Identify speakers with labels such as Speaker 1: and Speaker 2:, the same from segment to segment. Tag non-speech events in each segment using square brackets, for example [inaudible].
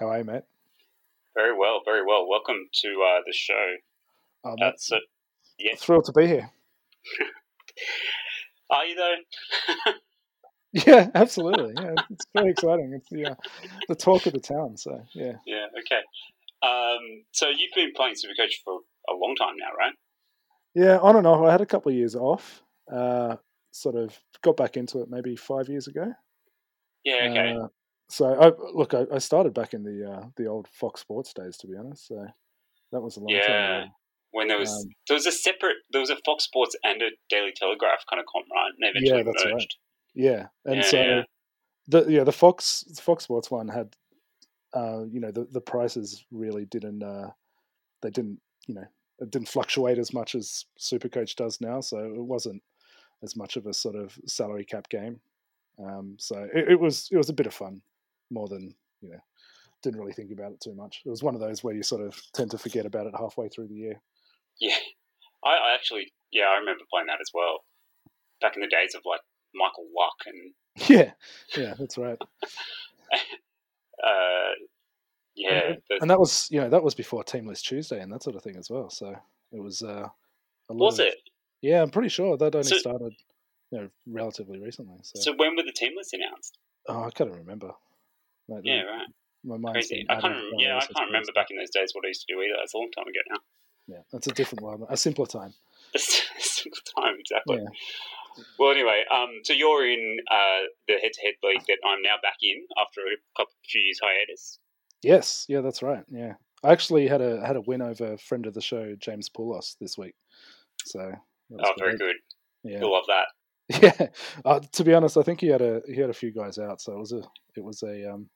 Speaker 1: How are you, mate?
Speaker 2: Very well, very well. Welcome to uh, the show.
Speaker 1: Oh, mate,
Speaker 2: Uh, so, yeah,
Speaker 1: Thrilled to be here. [laughs]
Speaker 2: are you though?
Speaker 1: Yeah, absolutely. Yeah, it's very exciting. It's the, uh, the talk of the town. So, yeah.
Speaker 2: yeah, okay. Um, so you've been playing Supercoach for a long time now, right?
Speaker 1: Yeah, on and off. I had a couple of years off. Uh, sort of got back into it maybe five years ago.
Speaker 2: Yeah, okay.
Speaker 1: Uh, so, I, look, I, I started back in the uh, the old Fox Sports days, to be honest. So, that was a long time
Speaker 2: Yeah.
Speaker 1: ago.
Speaker 2: when there was
Speaker 1: um,
Speaker 2: there was a separate there was a Fox Sports and a Daily Telegraph kind of comp, right? And they
Speaker 1: Yeah,
Speaker 2: eventually
Speaker 1: that's right.
Speaker 2: merged.
Speaker 1: Yeah, and
Speaker 2: Yeah,
Speaker 1: so
Speaker 2: yeah.
Speaker 1: the yeah the Fox the Fox Sports one had, uh, you know, the the prices really didn't uh, they didn't you know it didn't fluctuate as much as Supercoach does now, so it wasn't as much of a sort of salary cap game. Um, so it, it was it was a bit of fun, more than you know. Didn't really think about it too much. It was one of those where you sort of tend to forget about it halfway through
Speaker 2: [laughs]
Speaker 1: the year.
Speaker 2: Yeah, I, I actually yeah I remember playing that as well. Back in the days of like Michael Luck and
Speaker 1: Yeah, yeah, that's right.
Speaker 2: uh, yeah, the-
Speaker 1: [laughs] and that was you know that was before Teamless Tuesday and that sort of thing as well. So it was uh, a lot
Speaker 2: was
Speaker 1: of-
Speaker 2: it?
Speaker 1: Yeah, I'm pretty sure that only
Speaker 2: So-
Speaker 1: started you know relatively recently. So,
Speaker 2: So when were the team lists announced?
Speaker 1: oh, I can't remember. Like,
Speaker 2: Yeah, right.
Speaker 1: my mind's
Speaker 2: Crazy.
Speaker 1: been
Speaker 2: I can't.
Speaker 1: added
Speaker 2: Rem-
Speaker 1: by
Speaker 2: yeah, I
Speaker 1: research
Speaker 2: can't remember
Speaker 1: purposes.
Speaker 2: back in those days what I used to do either. That's a long time ago now. [laughs]
Speaker 1: Yeah, that's a different one, a simpler time.
Speaker 2: Single time exactly.
Speaker 1: Yeah.
Speaker 2: Well, anyway, um, so you're in uh, the head-to-head league that I'm now back in after a couple few years hiatus.
Speaker 1: Yes, yeah, that's right. Yeah, I actually had a had a win over friend of the show James Poulos this week. So that was
Speaker 2: Oh, very good.
Speaker 1: Yeah,
Speaker 2: You'll love that.
Speaker 1: [laughs] yeah. Uh, to be honest, I think he had a he had a few guys out, so it was a it was a um,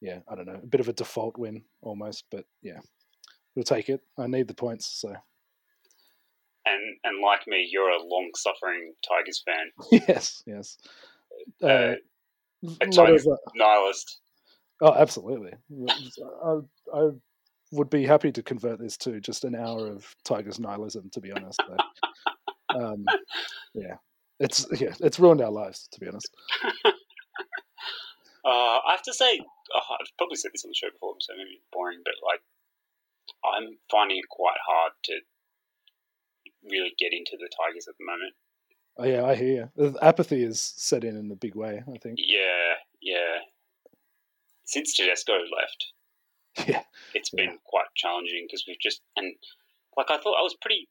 Speaker 1: yeah, I don't know, a bit of a default win almost, but yeah, we'll take it. I need the points, so [laughs]
Speaker 2: And and like me, you're a long-suffering Tigers fan,
Speaker 1: yes, yes. Uh,
Speaker 2: uh,
Speaker 1: lot
Speaker 2: ton
Speaker 1: of, uh,
Speaker 2: nihilist.
Speaker 1: oh, absolutely. I, I would be happy to convert this to just an hour of Tigers nihilism, to be honest. though. um, yeah, it's yeah, it's ruined our lives, to be honest.
Speaker 2: Uh, I have to say, oh, I've probably said this on the show before, so maybe it's boring, but like, I'm finding it quite hard to really get into the Tigers at the moment.
Speaker 1: Oh, yeah, I hear you. The Apathy is set in in a big way, I think. [laughs]
Speaker 2: Yeah, yeah. Since Tedesco left,
Speaker 1: Yeah.
Speaker 2: it's been quite challenging because we've just and like I thought I was pretty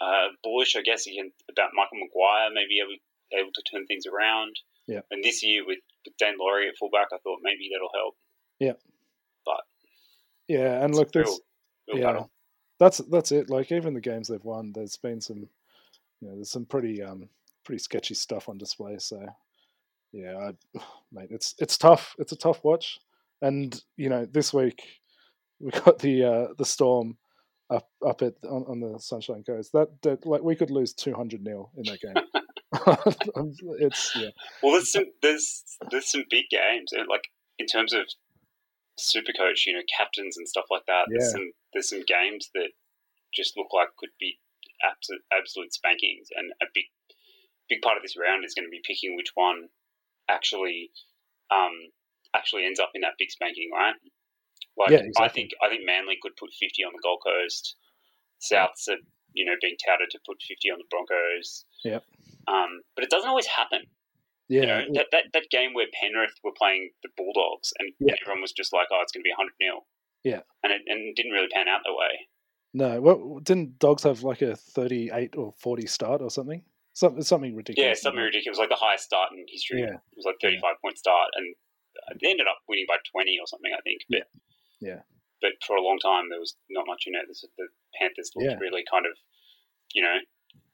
Speaker 2: uh, bullish, I guess, again about Michael Maguire maybe able, able to turn things around.
Speaker 1: Yeah.
Speaker 2: And this year with, with Dan Laurie at fullback, I thought maybe that'll help.
Speaker 1: Yeah, and look,
Speaker 2: Real-
Speaker 1: there's
Speaker 2: real
Speaker 1: yeah,
Speaker 2: battle.
Speaker 1: that's that's it. Like even the games they've won, there's been some, you know, there's some pretty um pretty sketchy stuff on display. So yeah, I, [sighs] mate, it's it's tough. It's a tough watch. And you know, this week [laughs] we got the uh the storm up up at on, on the Sunshine Coast. That, that like we could lose two hundred nil in that game.
Speaker 2: [laughs]
Speaker 1: [laughs] I'm- it's yeah,
Speaker 2: Well, there's some there's there's some big games, and like in terms of Supercoach, you know, captains and stuff like that. There's
Speaker 1: Yeah.
Speaker 2: some there's some games that just look like could be absolute absolute spankings, and a big big part of this round is going to be picking which one actually um, actually ends up in that big spanking, right? Like
Speaker 1: Yeah,
Speaker 2: I
Speaker 1: exactly.
Speaker 2: think I think Manly could put fifty on the Gold Coast. Souths are you know being touted to put fifty on the Broncos.
Speaker 1: Yeah.
Speaker 2: Um, but it doesn't always happen. You
Speaker 1: yeah,
Speaker 2: know, that, that, that game where Penrith were playing the Bulldogs and
Speaker 1: Yeah.
Speaker 2: everyone was just like, oh, it's going to be 100 nil.
Speaker 1: Yeah.
Speaker 2: And it, and it didn't really pan out that way.
Speaker 1: No, well, didn't dogs have like a thirty-eight or forty start or something? Some, something ridiculous.
Speaker 2: Yeah,
Speaker 1: like
Speaker 2: something
Speaker 1: that.
Speaker 2: ridiculous. It was like the highest start in history.
Speaker 1: Yeah.
Speaker 2: It was like 35 point start. And they ended up winning by 20 or something, I think. But,
Speaker 1: Yeah.
Speaker 2: But for a long time, there was not much in it. The, the Panthers looked
Speaker 1: Yeah.
Speaker 2: really kind of, you know,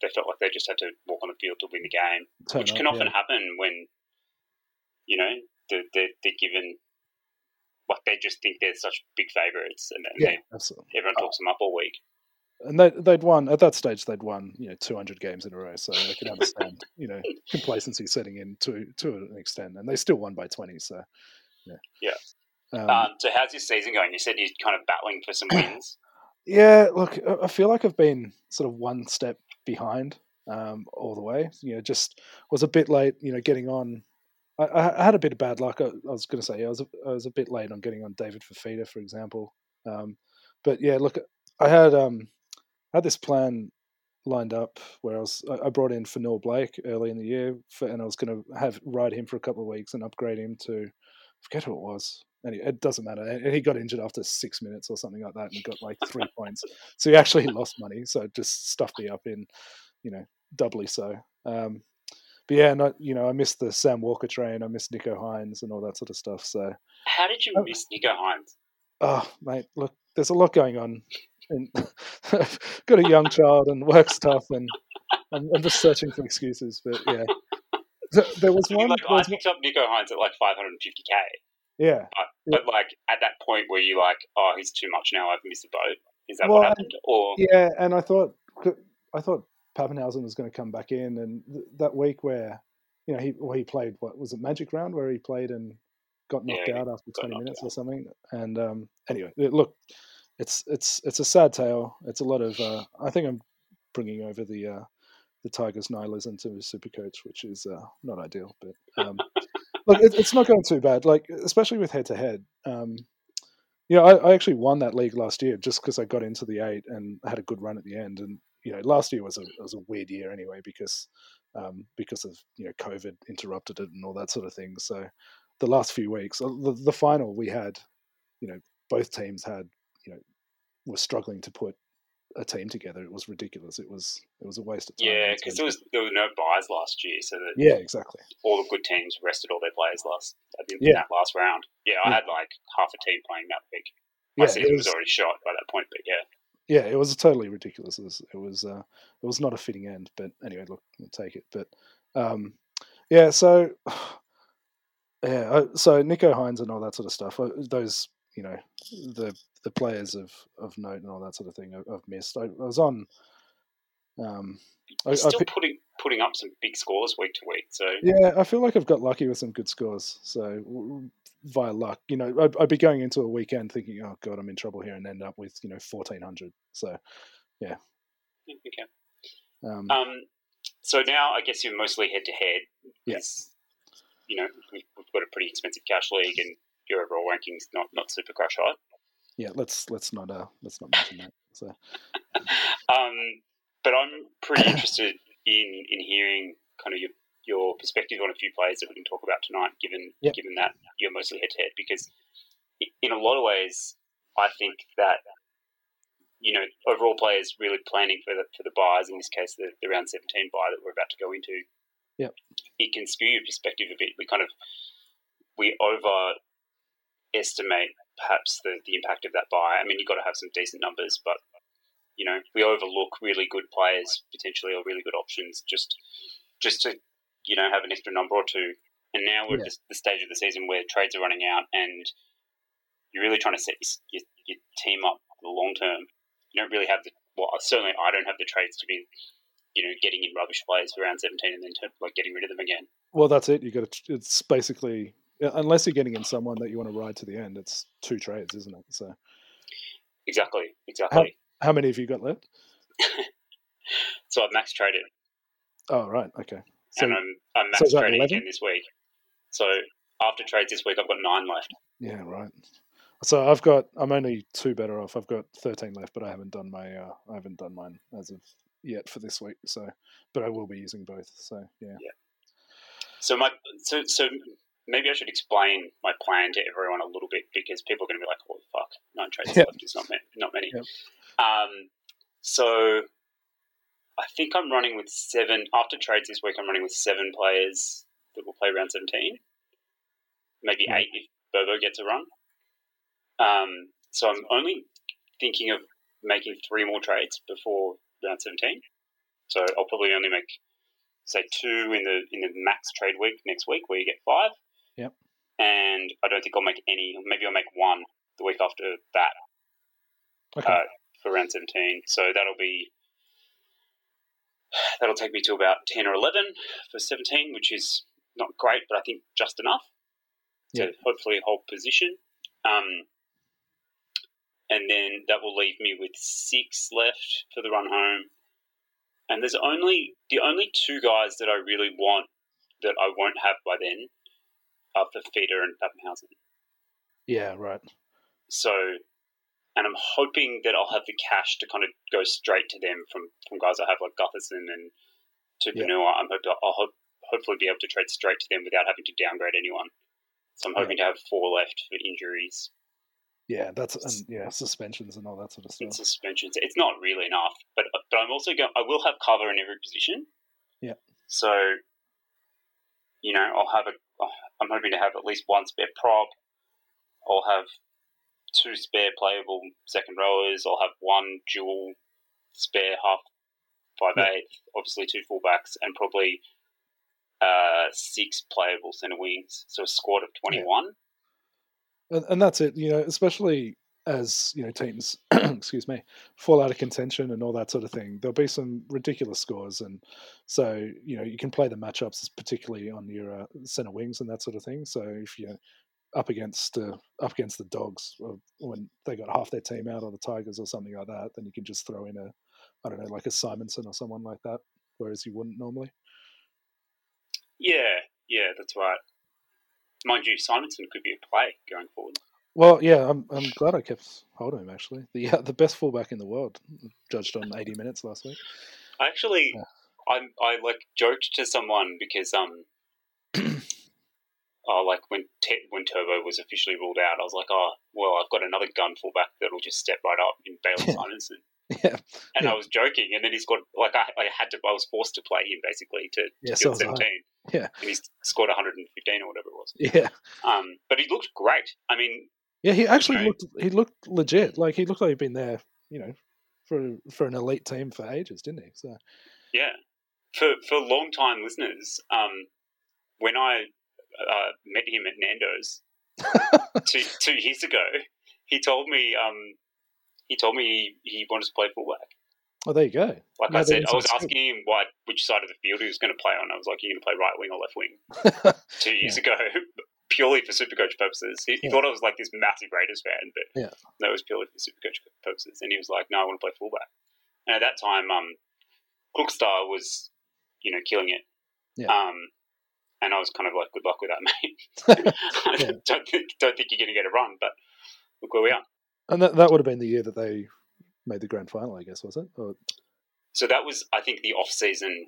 Speaker 2: they felt like they just had to walk on the field to win the game.
Speaker 1: Turn
Speaker 2: which
Speaker 1: up,
Speaker 2: can
Speaker 1: yeah.
Speaker 2: often happen when you know they're, they're, they're given like they just think they're such big favorites and, and
Speaker 1: Yeah, absolutely.
Speaker 2: they, everyone talks them up all week
Speaker 1: And they, they'd won at that stage. They'd won you know two hundred games in a row, so I
Speaker 2: [laughs]
Speaker 1: can understand you know complacency setting in to to an extent, and they still won by twenty. So yeah,
Speaker 2: Yeah.
Speaker 1: Um,
Speaker 2: um, so how's your season going you said you're kind of battling for some wins
Speaker 1: [clears throat] yeah, look, I- I feel like I've been sort of one step behind um, all the way. You know, just was a bit late. You know, getting on I- I, I had a bit of bad luck. I, I was going to say I was a, I was a bit late on getting on David Fafita, for example. Um, but yeah, look, I had um, I had this plan lined up where I was I- I brought in Fanil Blake early in the year, for, and I was going to have ride him for a couple of weeks and upgrade him to I forget who it was. Anyway, it doesn't matter. And and he got injured after six minutes or something like that, and got like three points. So he actually [laughs] lost money. So it just stuffed me up in, you know, doubly so. Um, but yeah, and I, you know, I missed the Sam Walker train. I missed Nico Hines and all that sort of stuff. So,
Speaker 2: How did you
Speaker 1: Oh.
Speaker 2: miss Nico Hines?
Speaker 1: oh mate, look, there's a lot going on. And [laughs] got a young child and work stuff, and I'm, I'm just searching for excuses. But yeah, Th- there was
Speaker 2: I mean,
Speaker 1: one.
Speaker 2: like
Speaker 1: there
Speaker 2: I
Speaker 1: was one
Speaker 2: picked up Nico Hines at like 550k,
Speaker 1: yeah,
Speaker 2: but like at that point where you like, oh, he's too much now. I've missed a boat. Is that
Speaker 1: Well,
Speaker 2: what happened? Or
Speaker 1: Yeah, and I thought I thought Pappenhausen was going to come back in, and th- that week where you know he well, he played what was it Magic Round where he played and got
Speaker 2: Yeah,
Speaker 1: knocked
Speaker 2: he
Speaker 1: out after twenty
Speaker 2: knocked
Speaker 1: minutes
Speaker 2: out.
Speaker 1: or something. And um, anyway, it- look, it's it's it's a sad tale. It's a lot of uh, I think I'm bringing over the uh, the Tigers nihilism to Supercoach, which is uh, not ideal, but. Um, Look, it, it's not going too bad. Like, especially with head to head. Um, you know, I, I actually won that league last year just because I got into the eight and had a good run at the end. And you know, last year was a was a weird year anyway because um, because of you know COVID interrupted it and all that sort of thing. So the last few weeks, uh, the, the final we had, you know, both teams had you know were struggling to put a team together. It was ridiculous. It was it was a waste of time.
Speaker 2: yeah,
Speaker 1: in
Speaker 2: because
Speaker 1: terms
Speaker 2: there
Speaker 1: of-
Speaker 2: was there were no buys last year, so that
Speaker 1: yeah, exactly.
Speaker 2: all the good teams rested all their players last I think in
Speaker 1: Yeah.
Speaker 2: that last round. Yeah, I
Speaker 1: Yeah.
Speaker 2: had like half a team playing that week. My
Speaker 1: yeah,
Speaker 2: season was, already shot by that point, but yeah,
Speaker 1: yeah, it was totally ridiculous. It was it was, uh, it was not a fitting end, but anyway, look, we'll take it. But um, yeah, so [sighs] yeah, I, so Nico Hines and all that sort of stuff. uh, Those you know the the players of of note and all that sort of thing. I- I've missed. I, I was on. Um, I, I
Speaker 2: he's still
Speaker 1: pick-
Speaker 2: putting putting up some big scores week to week. So
Speaker 1: yeah, I feel like I've got lucky with some good scores. So w- via luck, you know, I'd, I'd be going into a weekend thinking, "Oh God, I'm in trouble here," and end up with you know fourteen hundred. So
Speaker 2: okay.
Speaker 1: um,
Speaker 2: Um, so now I guess you're mostly head to head.
Speaker 1: Yeah.
Speaker 2: Yes. You know, we've, we've got a pretty expensive cash league, and your overall ranking's not not super crush high.
Speaker 1: yeah, let's let's not uh, let's not mention that. uh, So.
Speaker 2: [laughs] Um, but I'm pretty interested in in hearing kind of your your perspective on a few players that we can talk about tonight. Given
Speaker 1: Yep.
Speaker 2: given that you're mostly head to head, because i- in a lot of ways, I think that you know overall players really planning for the for the buys. In this case, the, the round 17 buy that we're about to go into.
Speaker 1: Yep.
Speaker 2: It can skew your perspective a bit. We kind of we overestimate perhaps the, the impact of that buy. I mean, you've got to have some decent numbers, but you know, we overlook really good players potentially or really good options just just to you know have an extra number or two. And now we're at
Speaker 1: Yeah.
Speaker 2: this, the stage of the season where trades are running out, and you're really trying to set your, your, your team up for the long term. You don't really have the well, certainly I don't have the trades to be you know getting in rubbish players for round 17 and then to, like getting rid of them again.
Speaker 1: Well, that's it. You got to. It's basically yeah, unless you're getting in someone that you want to ride to the end. It's two trades, isn't it? So
Speaker 2: Exactly, exactly.
Speaker 1: how many have you got left?
Speaker 2: So I've max traded.
Speaker 1: Oh right, okay. So
Speaker 2: and uh, I'm, I'm
Speaker 1: so
Speaker 2: max
Speaker 1: is that
Speaker 2: trading
Speaker 1: 11?
Speaker 2: again this week. So after trades this week, I've got nine left.
Speaker 1: yeah, right. So I've got. I'm only two better off. I've got 13 left, but I haven't done my. Uh, I haven't done mine as of yet for this week. So, but I will be using both. So yeah.
Speaker 2: So my so so maybe I should explain my plan to everyone a little bit because people are going to be like, "Holy fuck, nine trades
Speaker 1: Yeah.
Speaker 2: left is not ma- not many."
Speaker 1: Yep.
Speaker 2: Um, so I think I'm running with seven after trades this week. I'm running with seven players that will play round seventeen, maybe
Speaker 1: Yeah.
Speaker 2: eight if Bobo gets a run. Um, so I'm only thinking of making three more trades before round seventeen. So I'll probably only make say two in the in the max trade week next week where you get five.
Speaker 1: Yep.
Speaker 2: And I don't think I'll make any. Maybe I'll make one the week after that
Speaker 1: Okay.
Speaker 2: Uh, for round seventeen. So that'll be that'll take me to about ten or eleven for seventeen, which is not great, but I think just enough
Speaker 1: Yeah.
Speaker 2: to hopefully hold position. Um, and then that will leave me with six left for the run home. And there's only the only two guys that I really want that I won't have by then after Feeder and Pappenhausen.
Speaker 1: Yeah, right.
Speaker 2: So, and I'm hoping that I'll have the cash to kind of go straight to them from, from guys I have like Gutherson and Tupanua. I'm hope, I'll hope, hopefully be able to trade straight to them without having to downgrade anyone. So I'm hoping to have four left for injuries
Speaker 1: Yeah, that's and yeah, suspensions and all that sort of
Speaker 2: and
Speaker 1: stuff.
Speaker 2: suspensions. It's not really enough, but uh, but I'm also going. I will have cover in every position.
Speaker 1: Yeah.
Speaker 2: So, you know, I'll have a. oh, I'm hoping to have at least one spare prop. I'll have two spare playable second rowers. I'll have one dual spare half five eighth.
Speaker 1: Yeah.
Speaker 2: Obviously, two fullbacks and probably uh, six playable centre wings. So a squad of twenty one.
Speaker 1: And, and that's it. You know, especially as you know teams, [clears throat] excuse me, fall out of contention and all that sort of thing. There'll be some ridiculous scores, and so you know you can play the matchups, particularly on your uh, center wings and that sort of thing. So if you're up against uh, up against the dogs or when they got half their team out or the tigers or something like that, then you can just throw in a I don't know like a Simonson or someone like that, whereas you wouldn't normally.
Speaker 2: Yeah, yeah, that's right. Mind you, Simonson could be a play going forward.
Speaker 1: Well, yeah, I'm I'm glad I kept hold of him actually. The uh, the best fullback in the world, judged on 80 minutes last week.
Speaker 2: I actually,
Speaker 1: Yeah.
Speaker 2: I'm, I like joked to someone because um, [clears throat] oh, like when Te- when Turbo was officially ruled out, I was like, oh, well, I've got another gun fullback that'll just step right up in
Speaker 1: [laughs]
Speaker 2: Bailey Simonson,
Speaker 1: Yeah,
Speaker 2: and
Speaker 1: Yeah.
Speaker 2: I was joking, and then he's got like I, I had to, I was forced to play him basically to, to
Speaker 1: Yeah, so
Speaker 2: field
Speaker 1: was I.
Speaker 2: seventeen.
Speaker 1: Yeah.
Speaker 2: and he's scored 115 or whatever it was.
Speaker 1: yeah,
Speaker 2: Um, but he looked great. I mean,
Speaker 1: yeah. He actually
Speaker 2: Right.
Speaker 1: looked he looked legit. Like he looked like he'd been there, you know, for for an elite team for ages, didn't he? So
Speaker 2: Yeah. For for long time listeners, um, when I uh, met him at Nando's two two years ago, he told me um, he told me he, he wanted to play fullback.
Speaker 1: well, oh, there you go.
Speaker 2: Like
Speaker 1: No,
Speaker 2: I
Speaker 1: that
Speaker 2: said,
Speaker 1: is
Speaker 2: I was
Speaker 1: awesome.
Speaker 2: asking him why which side of the field he was going to play on. I was like, "You're going to play right wing or left
Speaker 1: [laughs]
Speaker 2: wing?" Two years ago, [laughs] purely for supercoach purposes. He, he
Speaker 1: Yeah.
Speaker 2: thought I was like this massive Raiders fan, but
Speaker 1: Yeah.
Speaker 2: no, it was purely for supercoach purposes. And he was like, "No, I want to play fullback." And at that time, um, Crookstar was, you know, killing it.
Speaker 1: Yeah.
Speaker 2: Um, and I was kind of like, good luck with that, mate.
Speaker 1: [laughs] Yeah.
Speaker 2: [laughs] don't, think, don't think you're going to get a run, but look where we are.
Speaker 1: and that that would have been the year that they made the grand final, I guess, was it? Or,
Speaker 2: So that was, I think, the off season,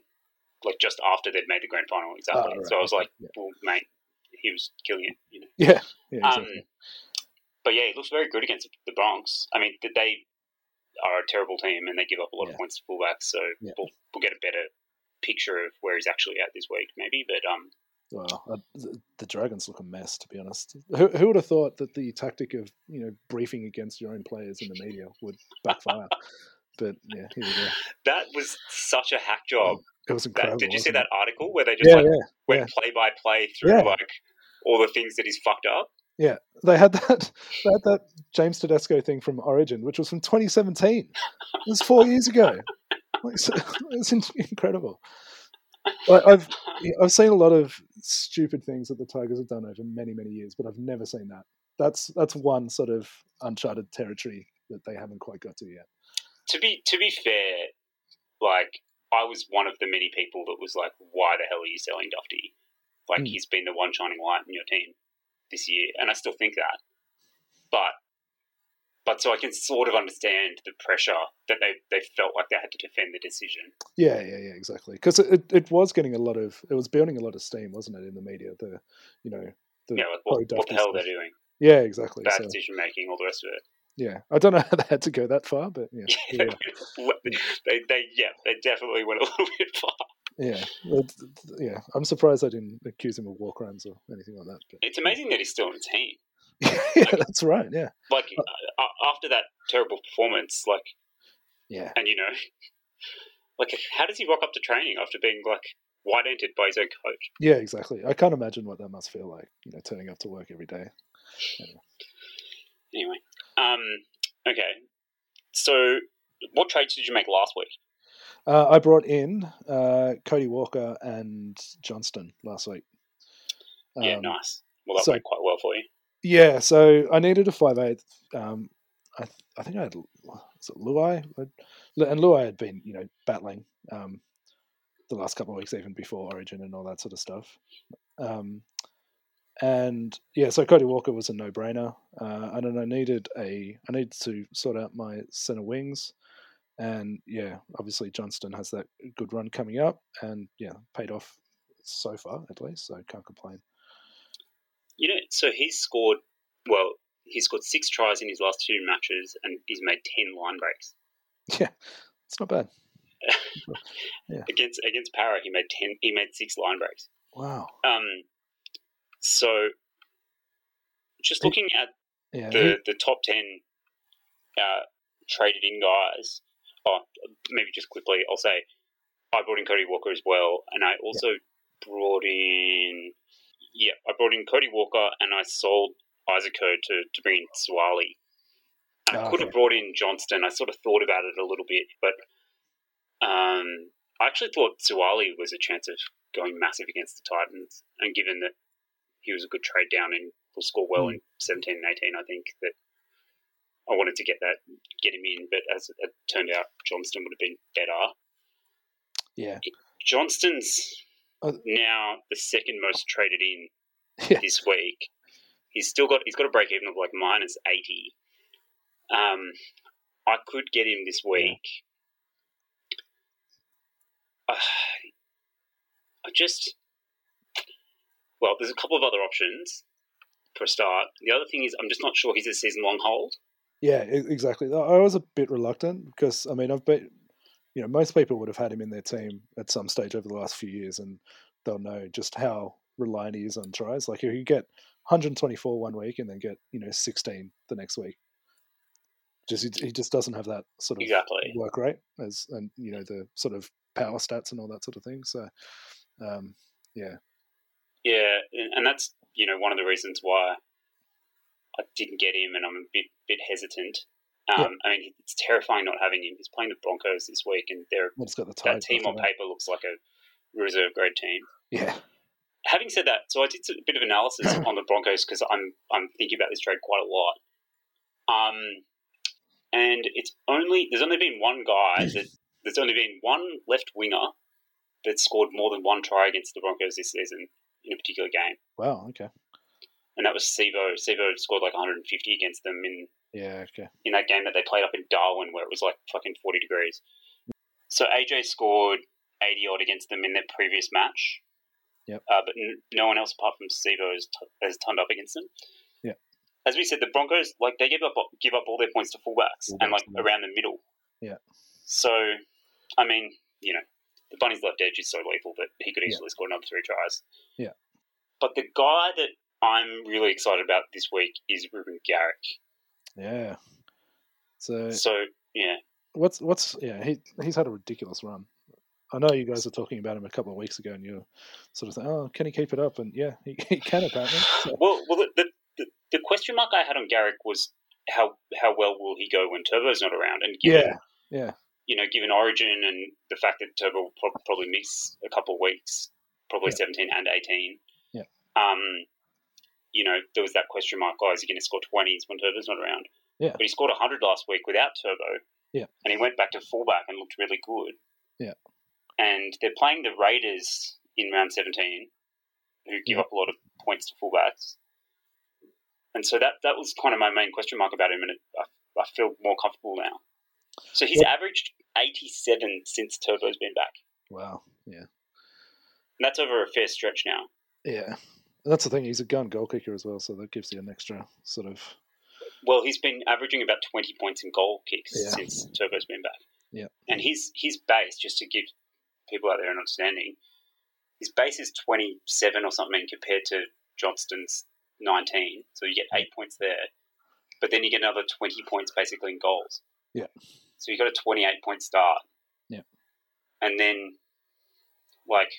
Speaker 2: like just after they'd made the grand final,
Speaker 1: Ah,
Speaker 2: exactly.
Speaker 1: right,
Speaker 2: So I was
Speaker 1: okay,
Speaker 2: like, well, mate, he was killing it, you know.
Speaker 1: yeah, yeah, yeah,
Speaker 2: Um,
Speaker 1: exactly.
Speaker 2: but yeah, he looks very good against the Bronx. I mean, th- they are a terrible team and they give up a lot
Speaker 1: Yeah.
Speaker 2: of points to fullbacks, so
Speaker 1: Yeah.
Speaker 2: we'll, we'll get a better picture of where he's actually at this week, maybe. But um,
Speaker 1: Well, uh, the, the Dragons look a mess, to be honest. Who, who would have thought that the tactic of you know briefing against your own players in the media would
Speaker 2: [laughs]
Speaker 1: backfire? but yeah, here we go.
Speaker 2: that was such a hack job.
Speaker 1: It was
Speaker 2: That,
Speaker 1: Oh, incredible.
Speaker 2: did you see
Speaker 1: wasn't
Speaker 2: that
Speaker 1: it?
Speaker 2: article where they just
Speaker 1: yeah,
Speaker 2: like
Speaker 1: yeah.
Speaker 2: went play by play through
Speaker 1: Yeah.
Speaker 2: like all the things that he's fucked up?
Speaker 1: They had that. They had that James Tedesco thing from Origin, which was from 2017. It was four years ago. Like, so- It's in- incredible. Like, I've I've seen a lot of stupid things that the Tigers have done over many many years, but I've never seen that. That's that's one sort of uncharted territory that they haven't quite got to yet.
Speaker 2: To be to be fair, like I was one of the many people that was like, "Why the hell are you selling Dufty?" Like
Speaker 1: Hmm.
Speaker 2: he's been the one shining light in your team this year, and I still think that. But but so I can sort of understand the pressure that they they felt like they had to defend the decision.
Speaker 1: Yeah, yeah, yeah, exactly. Because it, it, it was getting a lot of it was building a lot of steam, wasn't it, in the media? The you know the
Speaker 2: Yeah, like what,
Speaker 1: pro
Speaker 2: what the
Speaker 1: Dufty
Speaker 2: hell
Speaker 1: stuff.
Speaker 2: they're doing,
Speaker 1: yeah, exactly.
Speaker 2: bad
Speaker 1: So,
Speaker 2: decision making, all the rest of it.
Speaker 1: yeah, I don't know how they had to go that far, but yeah, yeah,
Speaker 2: [laughs] they they yeah, they definitely went a [laughs] little bit far.
Speaker 1: yeah, It's- it's- yeah. I'm surprised I didn't accuse him of war crimes or anything like that. But, [laughs]
Speaker 2: It's amazing that he's still in the team.
Speaker 1: yeah, that's right. Yeah,
Speaker 2: Like uh, after that terrible performance, like
Speaker 1: yeah,
Speaker 2: and you know, [laughs] like how does he rock up to training after being like white-entered by his own coach?
Speaker 1: yeah, exactly. I can't imagine what that must feel like. You know, turning up to work every day.
Speaker 2: Anyway, um, okay. So, what trades did you make last week?
Speaker 1: Uh, I brought in uh, Cody Walker and Johnston last week.
Speaker 2: yeah,
Speaker 1: Um,
Speaker 2: nice. Well, that
Speaker 1: so-
Speaker 2: went quite well for you.
Speaker 1: Yeah, so I needed a five eighth. Um, I th- I think I had was it Luai, I'd- and Luai had been you know battling um, the last couple of weeks, even before Origin and all that sort of stuff. Um, And yeah, so Cody Walker was a no-brainer, uh, and then I needed a I needed to sort out my center wings, and yeah, obviously Johnston has that good run coming up, and yeah, paid off so far at least, so can't complain. [laughs]
Speaker 2: You know, so he's scored well. He's scored six tries in his last two matches, and he's made ten line breaks.
Speaker 1: Yeah, it's not bad. Yeah.
Speaker 2: against against Para, he made ten. He made six line breaks.
Speaker 1: Wow.
Speaker 2: Um, so just
Speaker 1: It-
Speaker 2: looking at
Speaker 1: Yeah.
Speaker 2: the, the top 10 uh, traded in guys, oh, maybe just quickly, I'll say I brought in Cody Walker as well, and I also brought in, yeah, I brought in Cody Walker and I sold Isaac Kerr to, to bring in Swali. And I
Speaker 1: Ah,
Speaker 2: could
Speaker 1: okay.
Speaker 2: have brought in Johnston. I sort of thought about it a little bit, but um, I actually thought Suwali was a chance of going massive against the Titans. And given that he was a good trade down and will score well in
Speaker 1: Hmm.
Speaker 2: 17 and 18, I think that I wanted to get that, get him in. But as it turned out, Johnston would have been better.
Speaker 1: yeah.
Speaker 2: Johnston's
Speaker 1: Uh,
Speaker 2: now the second most traded in
Speaker 1: Yeah.
Speaker 2: this week. He's still got he's got a break even of like minus eighty. Um, I could get him this week. Ah, I just well, there's a couple of other options for a start. The other thing is I'm just not sure he's a season long hold.
Speaker 1: Yeah, e- exactly. I I was a bit reluctant because I mean I've been, you know, most people would have had him in their team at some stage over the last few years, and they'll know just how reliant he is on tries. Like you get 124 one week and then get you know 16 the next week. Just he, he just doesn't have that sort of
Speaker 2: Exactly.
Speaker 1: work rate as and you know the sort of power stats and all that sort of thing. So um, yeah,
Speaker 2: Yeah, and and that's you know one of the reasons why I didn't get him, and I'm a bit bit hesitant. Um, I mean, it's terrifying not having him. He's playing the Broncos this week, and they're
Speaker 1: it's got the tide.
Speaker 2: that team on paper looks like a reserve grade team.
Speaker 1: Yeah,
Speaker 2: Having said that, so I did a bit of analysis on the Broncos because I'm I'm thinking about this trade quite a lot. Um, and it's only there's only been one guy that there's only been one left winger that scored more than one try against the Broncos this season in a particular game,
Speaker 1: wow. Okay.
Speaker 2: and that was Sevo. Sevo scored like 150 against them in
Speaker 1: Yeah. Okay.
Speaker 2: in that game that they played up in Darwin where it was like fucking 40 degrees. So AJ scored 80 odd against them in their previous match.
Speaker 1: Yep.
Speaker 2: Uh, but n- no one else apart from Sebo has, t- has turned up against them.
Speaker 1: Yeah.
Speaker 2: As we said, the Broncos, like, they give up give up all their points to fullbacks and,
Speaker 1: Fullbacks,
Speaker 2: like,
Speaker 1: yeah.
Speaker 2: around the middle.
Speaker 1: Yeah.
Speaker 2: So, I mean, you know, the Bunny's left edge is so lethal that he could
Speaker 1: Yeah.
Speaker 2: easily score another three tries.
Speaker 1: Yeah.
Speaker 2: But the guy that I'm really excited about this week is Ruben Garrick.
Speaker 1: Yeah. So
Speaker 2: So, yeah.
Speaker 1: what's what's yeah he he's had a ridiculous run. I know you guys were talking about him a couple of weeks ago, and you're sort of saying, "Oh, can he keep it up?" And yeah, he, [laughs] he can apparently. So,
Speaker 2: Well, well, the, the the question mark I had on Garrick was how how well will he go when Turbo's not around, and given,
Speaker 1: yeah, yeah,
Speaker 2: you know, given Origin and the fact that Turbo will prob- probably miss a couple of weeks, probably
Speaker 1: Yeah.
Speaker 2: seventeen and eighteen.
Speaker 1: Yeah.
Speaker 2: Um, you know, there was that question mark. Oh, is he going to score twenties when Turbo's not around?
Speaker 1: Yeah.
Speaker 2: But he scored hundred last week without Turbo.
Speaker 1: Yeah.
Speaker 2: And he went back to fullback and looked really good.
Speaker 1: Yeah.
Speaker 2: And they're playing the Raiders in round seventeen, who give
Speaker 1: Yeah.
Speaker 2: up a lot of points to fullbacks. And so that that was kind of my main question mark about him, and it, I, I feel more comfortable now. So he's averaged 87 since Turbo's been back,
Speaker 1: wow, yeah,
Speaker 2: and that's over a fair stretch now.
Speaker 1: yeah. And that's the thing. He's a gun goal kicker as well, so that gives you an extra sort of
Speaker 2: Well, he's been averaging about 20 points in goal kicks
Speaker 1: Yeah.
Speaker 2: since Turbo's been back.
Speaker 1: Yeah.
Speaker 2: and his his base, just to give people out there an understanding, his base is 27 or something compared to Johnston's 19. So you get eight points there, but then you get another 20 points basically in goals.
Speaker 1: Yeah.
Speaker 2: So you got a 28 point start.
Speaker 1: Yeah.
Speaker 2: and then like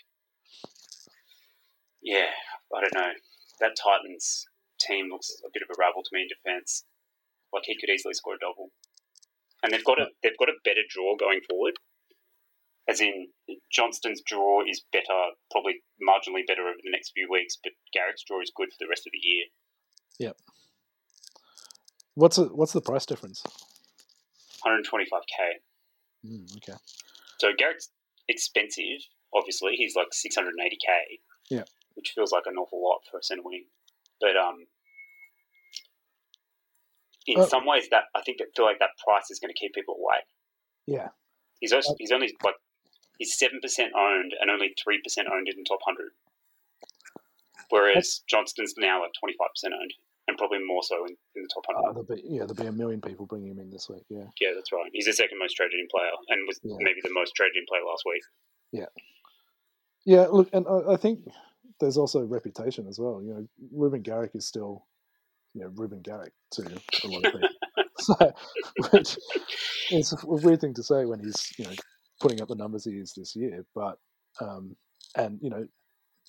Speaker 2: yeah, I don't know. That Titans team looks a bit of a rabble to me in defence. Like he could easily score a double, and they've got a they've got a better draw going forward. As in, Johnston's draw is better, probably marginally better over the next few weeks, but Garrick's draw is good for the rest of the year.
Speaker 1: what's a, what's the price difference?
Speaker 2: 125k.
Speaker 1: Mm, okay,
Speaker 2: So Garrick's expensive, obviously. He's like 680k.
Speaker 1: Yeah.
Speaker 2: Which feels like an awful lot for a centre wing. But um, in
Speaker 1: Uh,
Speaker 2: some ways, that I think that feel like that price is going to keep people away.
Speaker 1: Yeah.
Speaker 2: He's also, he's only like he's seven percent owned and only three percent owned in the top hundred, whereas Johnston's now at twenty five percent owned and probably more so in, in the top
Speaker 1: Uh,
Speaker 2: hundred.
Speaker 1: there'll be, yeah, there'll be a million people bringing him in this week. Yeah.
Speaker 2: Yeah, that's right. He's the second most traded in player and was
Speaker 1: Yeah.
Speaker 2: maybe the most traded in player last week.
Speaker 1: Yeah, look, and I, I think there's also reputation as well. You know, Ruben Garrick is still, you know, Ruben Garrick to a lot of people. [laughs] so, which is a weird thing to say when he's, you know, putting up the numbers he is this year. But, um, and, you know,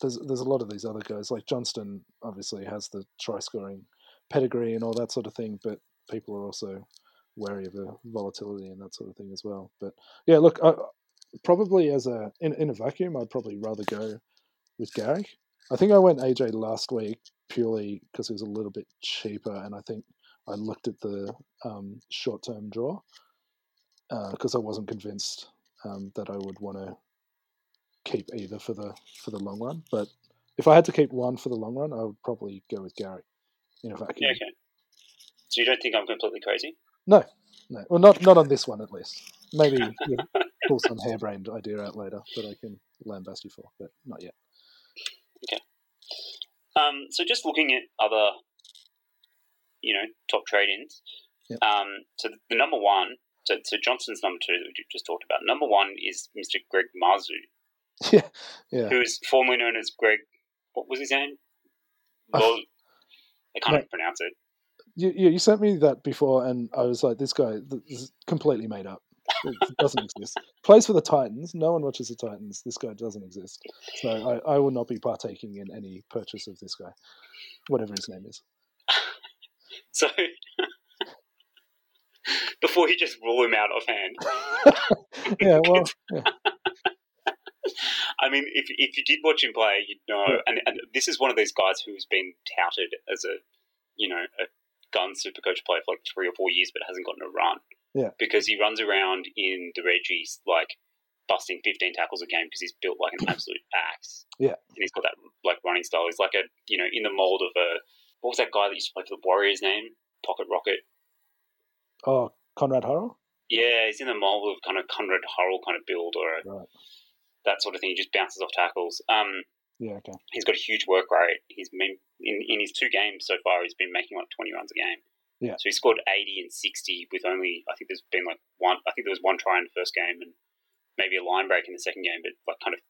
Speaker 1: there's, there's a lot of these other guys. Like Johnston obviously has the try scoring pedigree and all that sort of thing, but people are also wary of the volatility and that sort of thing as well. But yeah, look, I, probably as a in, in a vacuum, I'd probably rather go with Garrick. I think I went AJ last week purely because it was a little bit cheaper, and I think I looked at the um, short term draw because I wasn't convinced um, that I would want to keep either for the for the long run. But if I had to keep one for the long run, I would probably go with Garrick in a vacuum.
Speaker 2: Yeah, okay. So you don't think I'm completely crazy?
Speaker 1: No, no, well, not not on this one at least. Maybe we'll pull some harebrained idea out later that I can lambast you for, but not yet.
Speaker 2: Um, so just looking at other, you know, top trade-ins.
Speaker 1: Yep.
Speaker 2: Um, so the, the number one, so, so Johnson's number two that we just talked about. Number one is Mr. Greg Marzu,
Speaker 1: [laughs] Yeah, yeah.
Speaker 2: who is formerly known as Greg. What was his name?
Speaker 1: Uh,
Speaker 2: Well, I can't
Speaker 1: no.
Speaker 2: even pronounce it.
Speaker 1: You, you, you sent me that before, and I was like, this guy th- this is completely made up. It doesn't exist. Plays for the Titans. No one watches the Titans. This guy doesn't exist. So I, I will not be partaking in any purchase of this guy, whatever his name is. [laughs]
Speaker 2: So [laughs] before you just rule him out offhand,
Speaker 1: Yeah, well, yeah,
Speaker 2: I mean, if if you did watch him play, you'd know.
Speaker 1: Yeah.
Speaker 2: And, and this is one of these guys who's been touted as a, you know, a gun supercoach player for like three or four years, but hasn't gotten a run.
Speaker 1: Yeah.
Speaker 2: Because he runs around in the Reggies like busting fifteen tackles a game because he's built
Speaker 1: [clears throat]
Speaker 2: like an absolute axe.
Speaker 1: Yeah.
Speaker 2: And he's got that like running style. He's like a you know in the mold of a what was that guy that used to play for the Warriors? Name Pocket Rocket.
Speaker 1: oh, Conrad Harrell?
Speaker 2: Yeah, he's in the mold of kind of Conrad Hurrell kind of build or
Speaker 1: Right.
Speaker 2: that sort of thing. He just bounces off tackles. Um,
Speaker 1: Yeah, okay.
Speaker 2: he's got a huge work rate. He's been in, in his two games so far. He's been making like twenty runs a game.
Speaker 1: Yeah.
Speaker 2: So he scored eighty and sixty with only I think there's been like one. I think there was one try in the first game and maybe a line break in the second game, but like kind of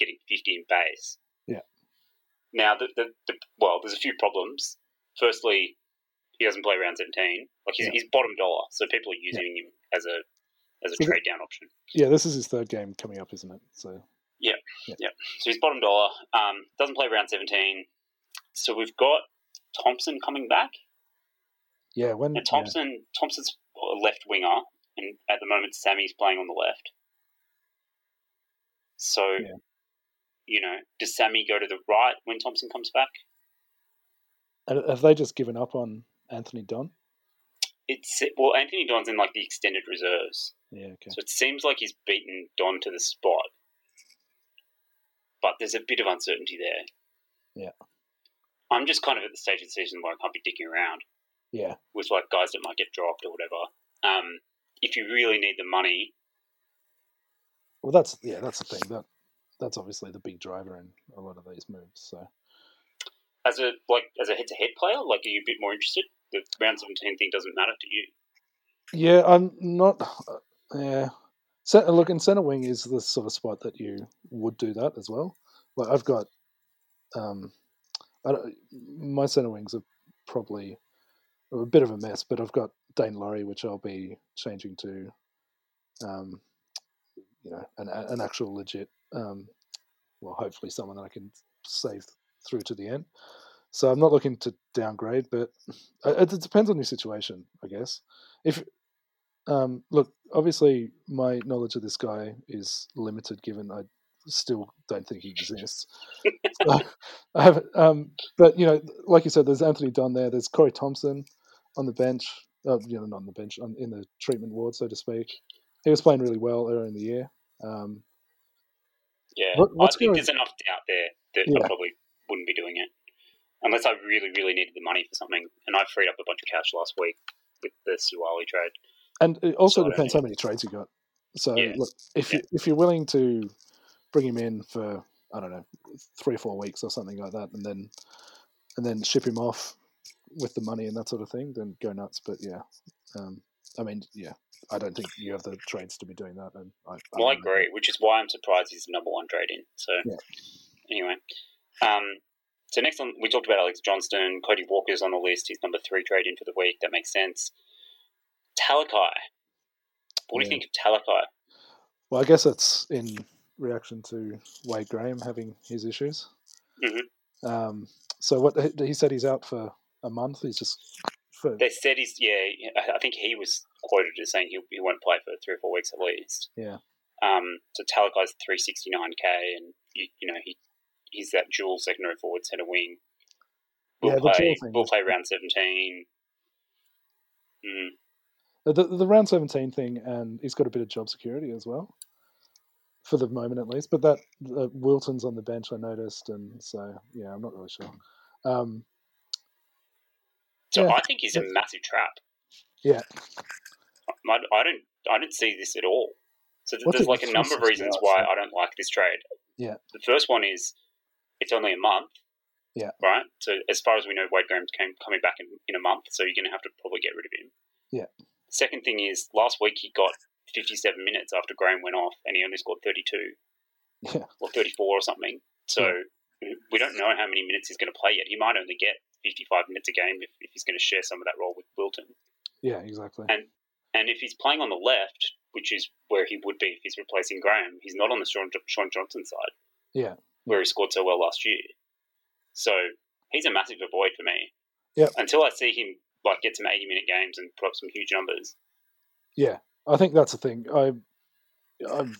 Speaker 2: getting fifty in base.
Speaker 1: Yeah.
Speaker 2: Now the the, the well, there's a few problems. Firstly, he doesn't play round seventeen. Like he's,
Speaker 1: Yeah.
Speaker 2: he's bottom dollar, so people are using him as a as a
Speaker 1: Is it-
Speaker 2: trade down option.
Speaker 1: Yeah, this is his third game coming up, isn't it? So,
Speaker 2: So he's bottom dollar. Um, doesn't play round 17. So we've got Thompson coming back.
Speaker 1: yeah, when.
Speaker 2: And Thompson, Thompson's a left winger, and at the moment Sammy's playing on the left. So,
Speaker 1: Yeah.
Speaker 2: you know, does Sammy go to the right when Thompson comes back?
Speaker 1: yeah. And Have they just given up on Anthony Don?
Speaker 2: It's well, Anthony Don's in like the extended reserves,
Speaker 1: Yeah, okay.
Speaker 2: so it seems like he's beaten Don to the spot. But there's a bit of uncertainty there.
Speaker 1: Yeah.
Speaker 2: I'm just kind of at the stage of the season where I can't be dicking around.
Speaker 1: Yeah,
Speaker 2: with like guys that might get dropped or whatever. Um, if you really need the money,
Speaker 1: well, that's yeah, that's the thing. That that's obviously the big driver in a lot of these moves. So,
Speaker 2: as a like as a head to head player, like are you a bit more interested? The round seventeen thing doesn't matter to you.
Speaker 1: Yeah, I'm not. Yeah, Cent look, and center wing is the sort of spot that you would do that as well. Like I've got, um, I don't, my center wings are probably are a bit of a mess, but I've got Dane Laurie, which I'll be changing to, um, you know, an an actual legit, um, well, hopefully someone that I can save through to the end. So I'm not looking to downgrade, but uh, it, it depends on your situation, I guess. If um, look, obviously, my knowledge of this guy is limited, given I still don't think he exists. so, [laughs] I have, um, but you know, like you said, there's Anthony Dunn there. There's Corey Thompson on the bench. Uh, you know, not on the bench, on, in the treatment ward, so to speak. He was playing really well earlier in the year. Um,
Speaker 2: Yeah,
Speaker 1: What- what's
Speaker 2: I think
Speaker 1: going-
Speaker 2: there's enough doubt there that
Speaker 1: Yeah.
Speaker 2: I probably wouldn't be doing it unless I really, really needed the money for something. And I freed up a bunch of cash last week with the Suwali trade.
Speaker 1: And it also
Speaker 2: So I don't
Speaker 1: depends how many trades you got. So
Speaker 2: Yeah.
Speaker 1: look, if
Speaker 2: Yeah.
Speaker 1: you, if you're willing to bring him in for I don't know three or four weeks or something like that, and then and then ship him off with the money and that sort of thing, then go nuts. But yeah, um, I mean, yeah, I don't think you have the trades to be doing that. And I, I
Speaker 2: Well, I
Speaker 1: don't know.
Speaker 2: agree, which is why I'm surprised he's the number one trade in. So,
Speaker 1: Yeah.
Speaker 2: anyway. Um, so, next on, we talked about Alex Johnston. Cody Walker's on the list. He's number three trade in for the week. That makes sense. Talakai. What do you
Speaker 1: Yeah.
Speaker 2: think of Talakai?
Speaker 1: Well, I guess that's in reaction to Wade Graham having his issues.
Speaker 2: Mhm.
Speaker 1: Um, so what he- he said he's out for a month. He's just for
Speaker 2: They said he's, yeah, I- I think he was quoted as saying he, he won't play for three or four weeks at least.
Speaker 1: Yeah.
Speaker 2: Um, so, Talakai's 369k, and, you, you know, he he's that dual secondary forward, centre wing. We'll,
Speaker 1: Yeah, the dual
Speaker 2: play,
Speaker 1: thing
Speaker 2: we'll
Speaker 1: is-
Speaker 2: play round 17. Mm.
Speaker 1: Uh, the the round seventeen thing, and he's got a bit of job security as well, for the moment at least. But that uh, Wilton's on the bench, I noticed, and so yeah, I'm not really sure. Um,
Speaker 2: So
Speaker 1: Yeah.
Speaker 2: I think he's a
Speaker 1: Yeah.
Speaker 2: massive trap.
Speaker 1: Yeah.
Speaker 2: I, I don't I don't see this at all. So th-
Speaker 1: What's
Speaker 2: there's
Speaker 1: it-
Speaker 2: like a number of reasons why I don't like this trade.
Speaker 1: Yeah.
Speaker 2: The first one is it's only a month.
Speaker 1: Yeah.
Speaker 2: Right. So as far as we know, Wade Graham's came, coming back in, in a month, so you're going to have to probably get rid of him.
Speaker 1: Yeah.
Speaker 2: Second thing is last week he got 57 minutes after Graham went off, and he only scored 32
Speaker 1: yeah,
Speaker 2: or 34 or something. So we don't know how many minutes he's going to play yet. He might only get 55 minutes a game if, if he's going to share some of that role with Wilton.
Speaker 1: yeah, exactly.
Speaker 2: And- And if he's playing on the left, which is where he would be if he's replacing Graham, he's not on the Sean, Sean Johnson side.
Speaker 1: Yeah.
Speaker 2: Where he scored so well last year. So he's a massive avoid for me.
Speaker 1: Yep.
Speaker 2: Until I see him like get some 80 minute games and put up some huge numbers.
Speaker 1: Yeah, I think that's the thing. I, I'm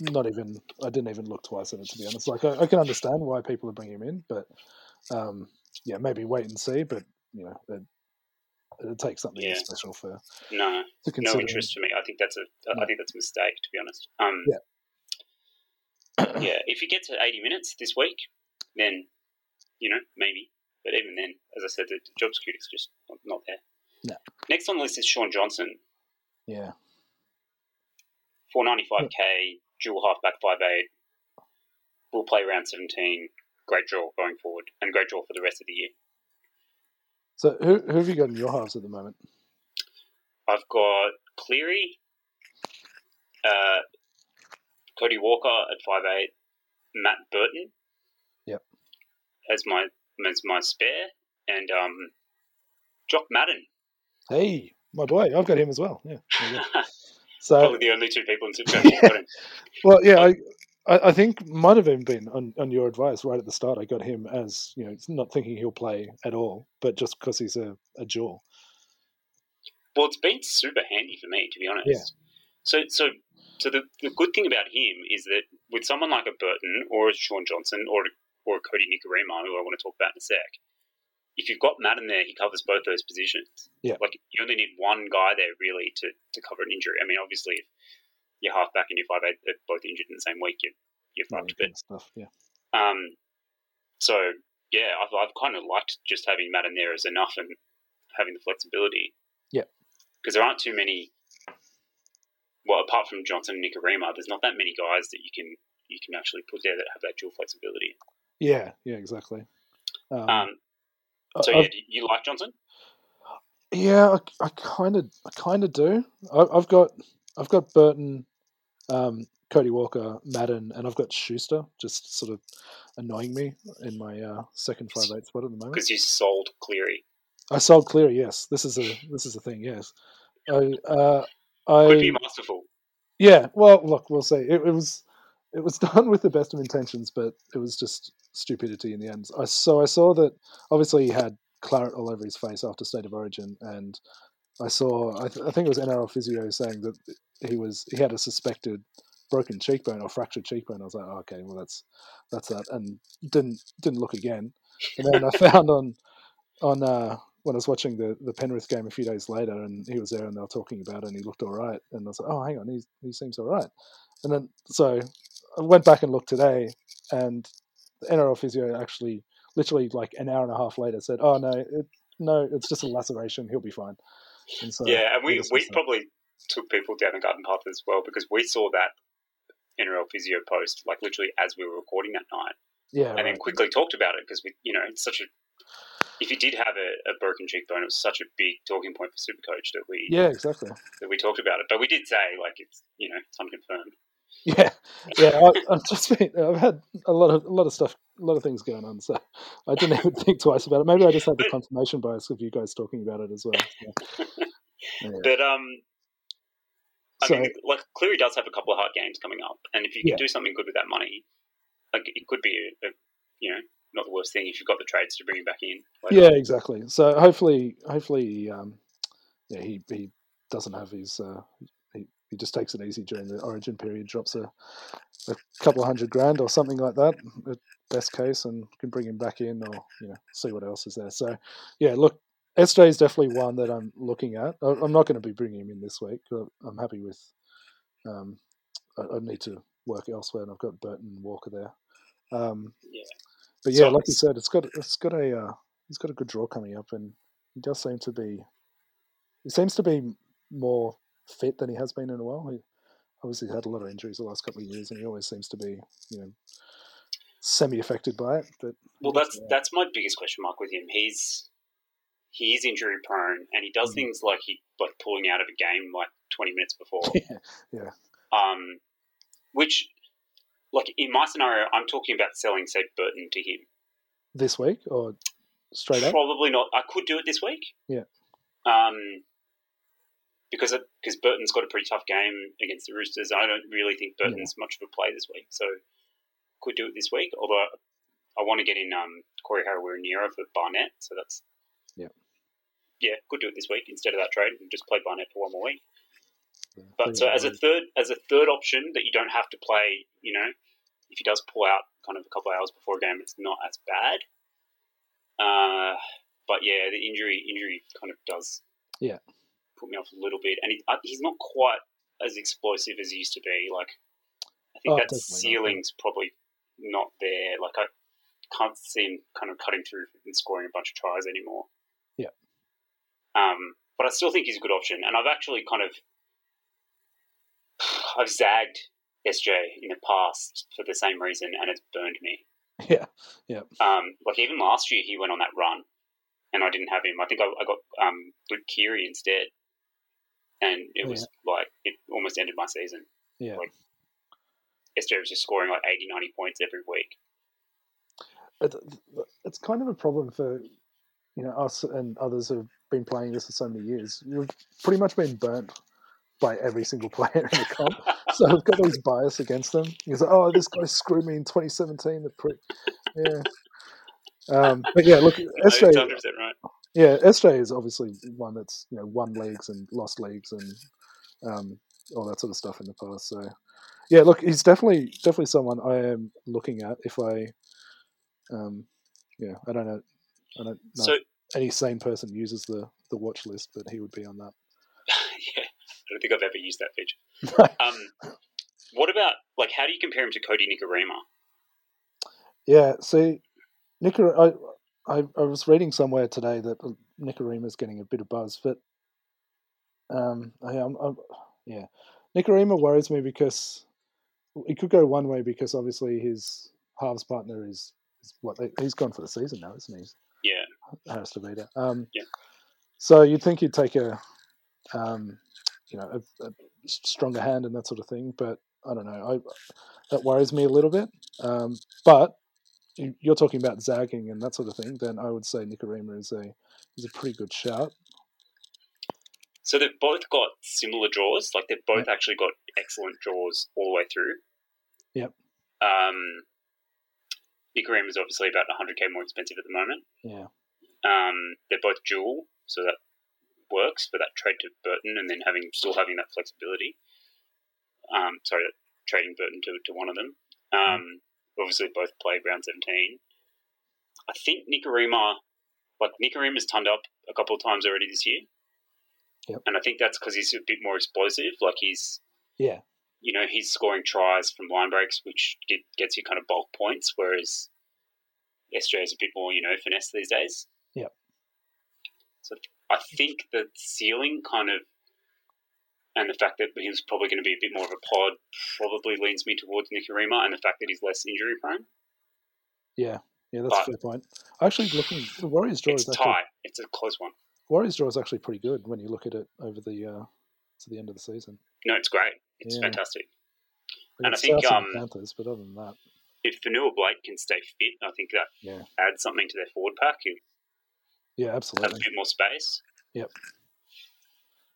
Speaker 1: not even. I didn't even look twice at it to be honest. Like I, I can understand why people are bringing him in, but um, yeah, maybe wait and see. But you know, it, it takes something
Speaker 2: Yeah.
Speaker 1: special for
Speaker 2: No,
Speaker 1: to
Speaker 2: no
Speaker 1: consider. him.
Speaker 2: interest for me. I think that's a I
Speaker 1: No.
Speaker 2: think that's a mistake to be honest. Um, [coughs] yeah, if he gets 80 minutes this week, then you know maybe. But even then, as I said, the the job security is just not- not there.
Speaker 1: No.
Speaker 2: Next on the list is Sean Johnson.
Speaker 1: Yeah,
Speaker 2: four ninety five k dual halfback five eight. We'll play round seventeen. Great draw going forward, and great draw for the rest of the year.
Speaker 1: So who who have you got in your halves at the moment?
Speaker 2: I've got Cleary, uh, Cody Walker at five eight, Matt Burton.
Speaker 1: Yep.
Speaker 2: As my as my spare, and um, Jock Madden.
Speaker 1: Hey, my boy, I've got him as well. Yeah.
Speaker 2: [laughs]
Speaker 1: there you go.
Speaker 2: Probably
Speaker 1: So
Speaker 2: the only two people in Supercoach who've got him.
Speaker 1: well, yeah, I I I think might have even been on, on your advice right at the start. I got him as you know, not thinking he'll play at all, but just because he's a a jaw.
Speaker 2: Well, it's been super handy for me, to be honest.
Speaker 1: Yeah.
Speaker 2: So, so, so the, the good thing about him is that with someone like a Burton or a Sean Johnson or or a Cody Nicarima, who I want to talk about in a sec, if you've got Matt in there, he covers both those positions.
Speaker 1: Yeah.
Speaker 2: Like you only need one guy there really to, to cover an injury. I mean, obviously, if your halfback and your five eight are both injured in the same week, you're you're
Speaker 1: you know,
Speaker 2: fucked. But
Speaker 1: that stuff. Oh, Yeah.
Speaker 2: um, so yeah, I've I've kind of liked just having Matt in there as enough and having the flexibility.
Speaker 1: Yeah.
Speaker 2: because there aren't too many. Well, apart from Johnson and Nicarima, there's not that many guys that you can you can actually put there that have that dual flexibility.
Speaker 1: Yeah. Yeah. Exactly. Um, uh,
Speaker 2: Um,
Speaker 1: I-
Speaker 2: so
Speaker 1: I've-
Speaker 2: yeah, do you like Johnson?
Speaker 1: Yeah, I- I kind of, I kind of do. I, I've got, I've got Burton, um, Cody Walker, Madden, and I've got Schuster just sort of annoying me in my uh, second five eight spot at the moment.
Speaker 2: Because you sold Cleary.
Speaker 1: I sold clear. Yes, this is a, this is a thing. Yes, I, uh, I,
Speaker 2: Could be masterful.
Speaker 1: yeah. Well, look, we'll see. It, it was, it was [laughs] done with the best of intentions, but it was just stupidity in the end. I so I saw that obviously he had claret all over his face after State of Origin, and I saw I, th- I think it was NRL physio saying that he was he had a suspected broken cheekbone or fractured cheekbone. I was like, oh, okay, well that's that's that, and didn't didn't look again. And then I [laughs] found on on uh, when I was watching the the Penrith game a few days later, and he was there, and they were talking about it, and he looked all right, and I was like, oh, hang on, he he seems all right. And then so I went back and looked today, and the NRL physio actually literally like an hour and a half later said, "Oh no, it, no, it's just a laceration. He'll be fine." And so
Speaker 2: yeah, and we,
Speaker 1: was
Speaker 2: we
Speaker 1: just like-
Speaker 2: probably took people down a garden path as well because we saw that NRL physio post like literally as we were recording that night,
Speaker 1: yeah,
Speaker 2: and then
Speaker 1: right.
Speaker 2: quickly talked about it because we, you know, it's such a. If you did have a, a broken cheekbone, it was such a big talking point for Supercoach that we
Speaker 1: yeah, exactly.
Speaker 2: that we talked about it. But we did say like it's you know it's unconfirmed.
Speaker 1: Yeah, yeah. I, I've just been, I've had a lot of a lot of stuff, a lot of things going on, so I didn't even think twice about it. Maybe I just
Speaker 2: [laughs]
Speaker 1: had the confirmation bias of you guys talking about it as well. so. Yeah.
Speaker 2: But um, I
Speaker 1: So-
Speaker 2: mean, like Cleary does have a couple of hard games coming up, and if you can
Speaker 1: Yeah.
Speaker 2: do something good with that money, like it could be a, a you know not the worst thing if you've got the trades to bring him back in. Like,
Speaker 1: yeah, exactly. So hopefully, hopefully, um, yeah, he he doesn't have his. Uh, he, he just takes it easy during the Origin period, drops a, a couple of hundred grand or something like that, at best case, and can bring him back in or you know see what else is there. So yeah, look, SJ is definitely one that I'm looking at. I- I'm not going to be bringing him in this week. but I'm happy with. Um, I, I need to work elsewhere, and I've got Burton and Walker there. Um,
Speaker 2: Yeah.
Speaker 1: but yeah,
Speaker 2: So
Speaker 1: like you
Speaker 2: it's-
Speaker 1: said, it's got it's got a uh, he's got a good draw coming up, and he does seem to be he seems to be more fit than he has been in a while. He obviously had a lot of injuries the last couple of years, and he always seems to be you know semi affected by it. But
Speaker 2: Well, that's
Speaker 1: Yeah.
Speaker 2: that's my biggest question mark with him. He's he is injury prone, and he does
Speaker 1: Mm.
Speaker 2: things like he like pulling out of a game like twenty minutes before.
Speaker 1: [laughs] Yeah.
Speaker 2: Um, which, like in my scenario, I'm talking about selling said Burton to him.
Speaker 1: this week or straight up,
Speaker 2: Probably not. I could do it this week.
Speaker 1: Yeah.
Speaker 2: Um, because because Burton's got a pretty tough game against the Roosters. I don't really think Burton's much of a play this week, so could do it this week. Although I want to get in um, Corey Harawira Nero for Barnett, so that's
Speaker 1: Yeah.
Speaker 2: yeah, could do it this week instead of that trade and just play Barnett for one more week.
Speaker 1: Yeah,
Speaker 2: But so as a third as a third option that you don't have to play, you know, if he does pull out kind of a couple of hours before a game, it's not as bad. Uh, but yeah, the injury injury kind of does
Speaker 1: Yeah.
Speaker 2: put me off a little bit, and he, uh, he's not quite as explosive as he used to be. Like I think
Speaker 1: Oh,
Speaker 2: that
Speaker 1: definitely not.
Speaker 2: ceiling's probably not there. Like I can't see him kind of cutting through and scoring a bunch of tries anymore.
Speaker 1: Yeah.
Speaker 2: Um, but I still think he's a good option, and I've actually kind of [sighs] I've zagged SJ in the past for the same reason, and it's burned me.
Speaker 1: [laughs] yeah,
Speaker 2: Um, like even last year, he went on that run, and I didn't have him. I think I, I got um, Luke Keary instead, and it was like it almost ended my season.
Speaker 1: yeah.
Speaker 2: SJ was just scoring like 80, 90 points every week.
Speaker 1: it, it's kind of a problem for you know us and others who've been playing this for so many years. You've pretty much been burnt by every single [laughs] player in the comp, so I've got these bias against them. He's like, oh, this guy screwed me in 2017, the prick. Yeah. Um, but yeah, look,
Speaker 2: That's
Speaker 1: SJ,
Speaker 2: 100 percent right.
Speaker 1: yeah, SJ is obviously one that's you know won leagues and lost leagues and um, all that sort of stuff in the past. So yeah, look, he's definitely definitely someone I am looking at if I, um, yeah, I don't know, I don't know
Speaker 2: So [laughs]
Speaker 1: if any sane person uses the the watch list, but he would be on that.
Speaker 2: yeah, I don't think I've ever used that feature. Um, what about like how do you compare him to Cody Nicarima?
Speaker 1: Yeah, see, Nicar- I, I I was reading somewhere today that Nicarima's getting a bit of buzz, but um, I, I'm, I'm, yeah, Nicarima worries me because it could go one way because obviously his halves partner is, is what they, he's gone for the season now, isn't he?
Speaker 2: Yeah.
Speaker 1: Harris DeVita. Um,
Speaker 2: Yeah.
Speaker 1: So you'd think you'd take a, um, you know, a, a stronger hand and that sort of thing, but I don't know. I, that worries me a little bit. Um, but you- you're talking about zagging and that sort of thing, then I would say Nicarima is a is a pretty good shout.
Speaker 2: So they've both got similar draws. Like they've both actually got excellent draws all the way through.
Speaker 1: Yep.
Speaker 2: Um, Nicarima is obviously about 100k more expensive at the moment.
Speaker 1: Yeah,
Speaker 2: Um, they're both dual, so that works for that trade to Burton, and then having still having that flexibility. Um, sorry, trading Burton to, to one of them. Um, obviously, both play round seventeen. I think Nicarima, like Nicarima's turned up a couple of times already this year,
Speaker 1: Yep.
Speaker 2: and I think that's because he's a bit more explosive. Like he's,
Speaker 1: yeah,
Speaker 2: you know, he's scoring tries from line breaks, which get, gets you kind of bulk points, whereas SJ is a bit more, you know, finesse these days.
Speaker 1: Yep.
Speaker 2: So I think the ceiling kind of, and the fact that he's probably going to be a bit more of a pod, probably leans me towards Nikarima, and the fact that he's less injury prone.
Speaker 1: Yeah, yeah, that's a
Speaker 2: But-
Speaker 1: fair point. Actually, looking the Warriors draw
Speaker 2: It's
Speaker 1: is actually,
Speaker 2: tight. It's a close one.
Speaker 1: Warriors draw is actually pretty good when you look at it over the uh, to the end of the season.
Speaker 2: No, it's great. It's
Speaker 1: Yeah.
Speaker 2: fantastic.
Speaker 1: Like,
Speaker 2: And
Speaker 1: it's
Speaker 2: I think,
Speaker 1: Souths and
Speaker 2: um,
Speaker 1: Panthers, but other than that,
Speaker 2: If Fanua Blake can stay fit, I think that
Speaker 1: Yeah.
Speaker 2: adds something to their forward pack. It
Speaker 1: yeah,
Speaker 2: has a
Speaker 1: absolutely.
Speaker 2: bit more space.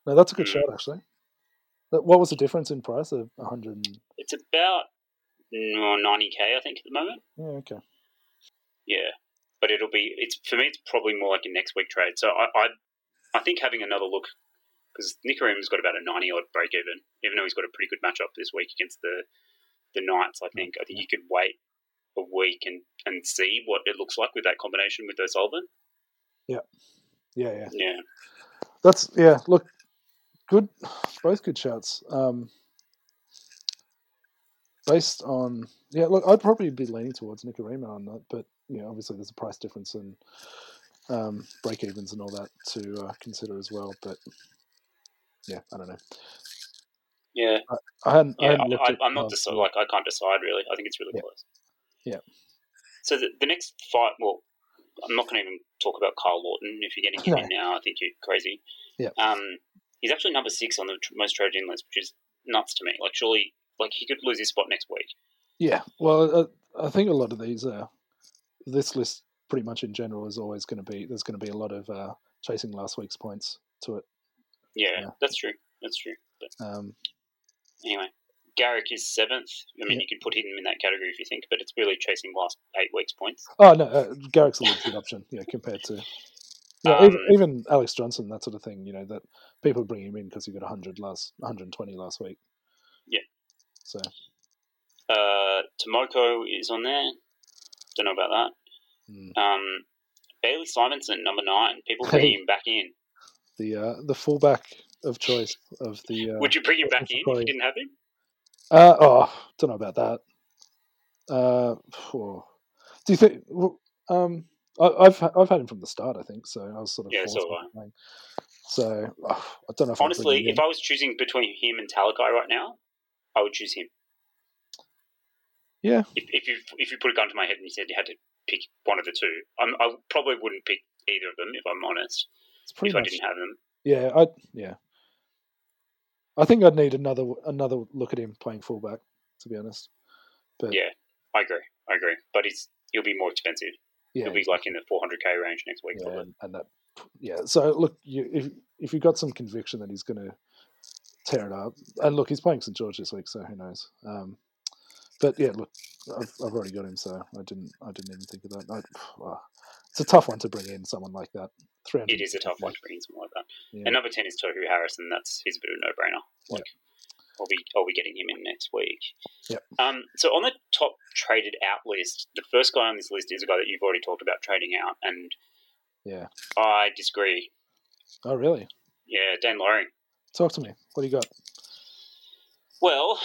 Speaker 1: No, that's a good
Speaker 2: Mm.
Speaker 1: shot actually. That- What was the difference in price of 100?
Speaker 2: It's about mm, ninety k, I think, at the moment.
Speaker 1: Yeah, okay.
Speaker 2: Yeah, but it'll be it's for me. It's probably more like a next week trade. So I I, I think having another look because Nicarima's got about a ninety odd break even, even though he's got a pretty good matchup this week against the the Knights. I think I think you could wait a week and and see what it looks like with that combination with O'Sullivan.
Speaker 1: Yeah, yeah.
Speaker 2: Yeah,
Speaker 1: That's yeah. Look, good, both good shouts. Um, based on yeah, look, I'd probably be leaning towards Nicarima on that, but you know, obviously there's a price difference and um, break evens and all that to uh, consider as well. But yeah, I don't know.
Speaker 2: yeah,
Speaker 1: I hadn't. I
Speaker 2: yeah.
Speaker 1: hadn't looked
Speaker 2: I, I,
Speaker 1: at
Speaker 2: I'm not
Speaker 1: Love's
Speaker 2: deci-
Speaker 1: yet.
Speaker 2: like I can't decide really. I think it's really
Speaker 1: Yeah.
Speaker 2: close.
Speaker 1: Yeah.
Speaker 2: So the, the next fight, well, I'm not going to even talk about Carl Lawton. If you're getting him in now, I think you're crazy.
Speaker 1: Yeah.
Speaker 2: Um, he's actually number six on the tr- most traded in list, which is nuts to me. Like, surely, like he could lose his spot next week.
Speaker 1: Yeah, well, uh, I, I think a lot of these are. This list, pretty much in general, is always going to be. There's going to be a lot of uh, chasing last week's points to it.
Speaker 2: Yeah,
Speaker 1: Yeah.
Speaker 2: that's true. That's true. But
Speaker 1: Um,
Speaker 2: anyway, Garrick is seventh. I mean,
Speaker 1: Yeah.
Speaker 2: you could put him in that category if you think, but it's really chasing last eight weeks' points.
Speaker 1: oh no, uh, Garrick's a legit option. Yeah, compared to yeah, even,
Speaker 2: Um,
Speaker 1: even Alex Johnson, that sort of thing. You know that people bring him in because he got 100 last, 120 last week.
Speaker 2: Yeah.
Speaker 1: So
Speaker 2: Uh, Tomoko is on there. Don't know about
Speaker 1: mm,
Speaker 2: that. Um, Bailey Simonson, number nine. People bring him back in.
Speaker 1: the uh, the fullback of choice of the uh,
Speaker 2: Would you bring him back in if
Speaker 1: Probably.
Speaker 2: you didn't have him?
Speaker 1: Uh, oh, don't know about that. Uh, phew. do you think? well, Um, I, I've ha- I've had him from the start, I think. So I was sort of
Speaker 2: Yeah, so
Speaker 1: forced
Speaker 2: have I.
Speaker 1: into playing. So oh, I don't know. If I'd bring
Speaker 2: Honestly,
Speaker 1: him
Speaker 2: if
Speaker 1: in.
Speaker 2: I was choosing between him and Talakai right now, I would choose him.
Speaker 1: yeah,
Speaker 2: If, if you if you put a gun to my head and you said you had to pick one of the two, I'm, I probably wouldn't pick either of them if I'm honest.
Speaker 1: it's pretty
Speaker 2: if I
Speaker 1: much.
Speaker 2: didn't have them,
Speaker 1: Yeah, I yeah. I think I'd need another another look at him playing fullback, to be honest. But
Speaker 2: Yeah. I agree. I agree. But he's he'll be more expensive.
Speaker 1: yeah,
Speaker 2: He'll be like in the 400k range next week.
Speaker 1: yeah,
Speaker 2: probably.
Speaker 1: and, and that yeah. So look, you, if if you've got some conviction that he's going to tear it up, and look, he's playing St George this week, so who knows? Um, but yeah, look, I've, I've already got him, so I didn't I didn't even think of that. I, ah, it's a tough one to bring in someone like that. Three hundred.
Speaker 2: It is a tough one to bring in someone like that.
Speaker 1: Yeah.
Speaker 2: And number ten is Tohu Harrison. That's he's a bit of a no-brainer.
Speaker 1: Yeah.
Speaker 2: Like, I'll be I'll be getting him in next week.
Speaker 1: Yep.
Speaker 2: Um. So on the top traded out list, the first guy on this list is a guy that you've already talked about trading out, and
Speaker 1: Yeah.
Speaker 2: I disagree.
Speaker 1: Oh really?
Speaker 2: Yeah, Dan Loring.
Speaker 1: Talk to me. What do you got? [laughs]
Speaker 2: Well,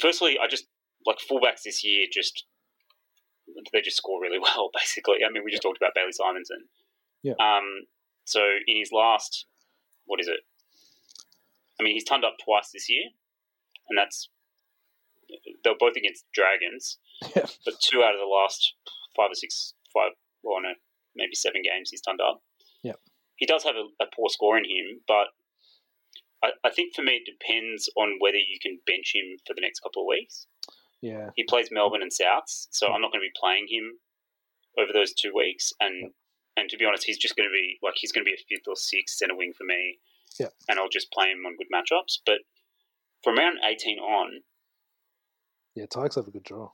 Speaker 2: firstly, I just like fullbacks this year. Just they just score really [laughs] well, basically. I mean, we just talked about Bailey Simonson.
Speaker 1: Yeah.
Speaker 2: Um. So in his last, what is it? I mean, he's turned up twice this year, and that's they're both against Dragons.
Speaker 1: Yeah.
Speaker 2: But two out of the last five or six, five, well, no, maybe seven games he's turned up.
Speaker 1: Yeah.
Speaker 2: He does have a, a poor score in him, but I, I think for me it depends on whether you can bench him for the next couple of weeks.
Speaker 1: Yeah,
Speaker 2: He plays Melbourne and Souths, so I'm not going to be playing him over those two weeks. And and to be honest, he's just going to be like he's going to be a fifth or sixth centre wing for me.
Speaker 1: Yeah.
Speaker 2: And I'll just play him on good matchups. But from round 18 on,
Speaker 1: yeah. Tigers have a good draw.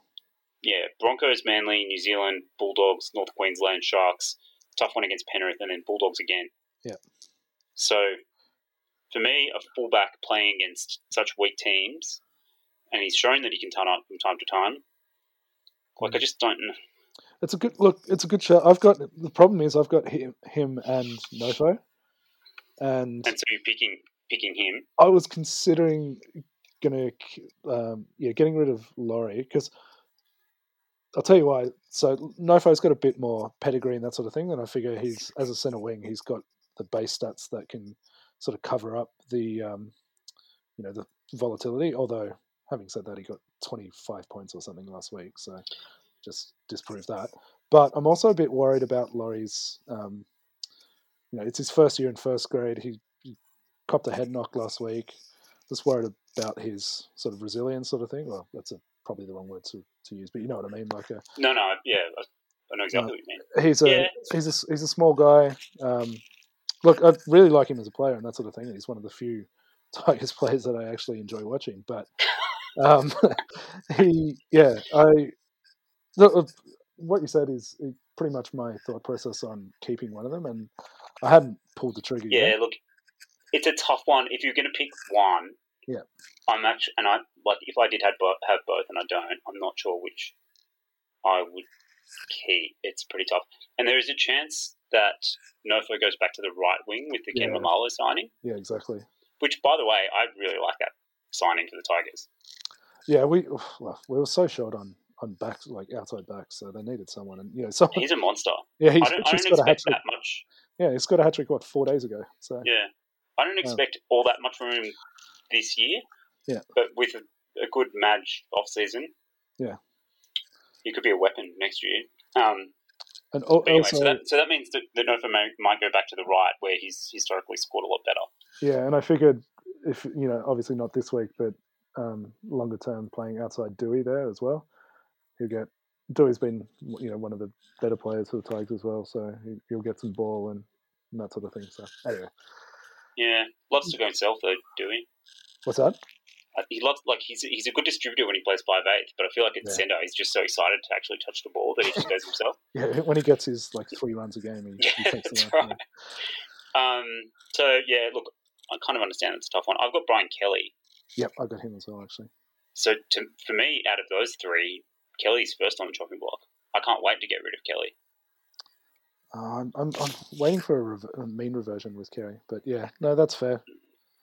Speaker 2: yeah, Broncos, Manly, New Zealand, Bulldogs, North Queensland, Sharks. Tough one against Penrith, and then Bulldogs again.
Speaker 1: Yeah.
Speaker 2: So, for me, a fullback playing against such weak teams, and he's shown that he can turn up from time to time. Like
Speaker 1: Mm.
Speaker 2: I just don't. kn-
Speaker 1: It's a good look. It's a good shot. I've got the problem is I've got him, him and Nofo,
Speaker 2: And
Speaker 1: and
Speaker 2: so you're picking picking him.
Speaker 1: I was considering gonna um, yeah getting rid of Laurie because I'll tell you why. So Nofo's got a bit more pedigree and that sort of thing, and I figure he's as a centre wing, he's got the base stats that can sort of cover up the um, you know the volatility. Although having said that, he got 25 points or something last week, so just disprove that. But I'm also a bit worried about Laurie's. Um, you know, it's his first year in first grade. He, he copped a head knock last week. Just worried about his sort of resilience, sort of thing. Well, that's a, probably the wrong word to, to use, but you know what I mean. Like a,
Speaker 2: No, no, yeah, I, I know exactly what you mean.
Speaker 1: he's a
Speaker 2: Yeah.
Speaker 1: he's a he's a small guy. Um, look, I really like him as a player and that sort of thing. He's one of the few [laughs] Tigers players that I actually enjoy watching. But um, [laughs] he, yeah, I look, what you said is uh, pretty much my thought process on keeping one of them, and I hadn't pulled the trigger
Speaker 2: Yeah,
Speaker 1: yet.
Speaker 2: look, it's a tough one. If you're going to pick one,
Speaker 1: Yeah.
Speaker 2: I'm actually, and I like if I did have both, have both, and I don't, I'm not sure which I would keep. It's pretty tough, and there is a chance that Nofo goes back to the right wing with the Ken
Speaker 1: Yeah.
Speaker 2: Mamalo signing,
Speaker 1: Yeah, exactly.
Speaker 2: which, by the way, I really like that signing for the Tigers.
Speaker 1: Yeah, we [sighs] well, we were so short on on backs like outside backs, so they needed someone, and you know, [laughs] someone.
Speaker 2: He's a monster.
Speaker 1: Yeah, he's
Speaker 2: I don't, I
Speaker 1: just
Speaker 2: don't
Speaker 1: got a hat
Speaker 2: expect
Speaker 1: trick.
Speaker 2: that much.
Speaker 1: Yeah, he's got a hat trick. What four days ago? So
Speaker 2: Yeah, I don't expect all that much from him this year.
Speaker 1: Yeah.
Speaker 2: but with a, a good Madge off season,
Speaker 1: Yeah.
Speaker 2: he could be a weapon next year. Um,
Speaker 1: and al-
Speaker 2: but anyway,
Speaker 1: also.
Speaker 2: so that so that means that, that Nova may, might go back to the right, where he's historically scored a lot better.
Speaker 1: Yeah, and I figured if you know, obviously not this week, but um, longer term playing outside Dewey there as well, he'll get Dewey's been you know one of the better players for the Tigers as well, so he- he'll get some ball and, and that sort of thing. So anyway,
Speaker 2: Yeah, loves to go himself though, Dewey.
Speaker 1: what's that? [laughs]
Speaker 2: Uh, He loves like he's he's a good distributor when he plays five eight, but I feel like at
Speaker 1: Yeah.
Speaker 2: centre he's just so excited to actually touch the ball that he just goes
Speaker 1: [laughs]
Speaker 2: himself.
Speaker 1: Yeah, when he gets his like three runs a game, he, he
Speaker 2: [laughs] Yeah,
Speaker 1: takes
Speaker 2: that's
Speaker 1: them out.
Speaker 2: right. Um, so yeah, look, I kind of understand it's a tough one. I've got Brian Kelly.
Speaker 1: Yep, I got him as well actually.
Speaker 2: So to, for me, out of those three, Kelly's first on the chopping block. I can't wait to get rid of Kelly.
Speaker 1: Uh, I'm, I'm I'm waiting for a, rev- a mean reversion with Kerry, but yeah, no, that's fair.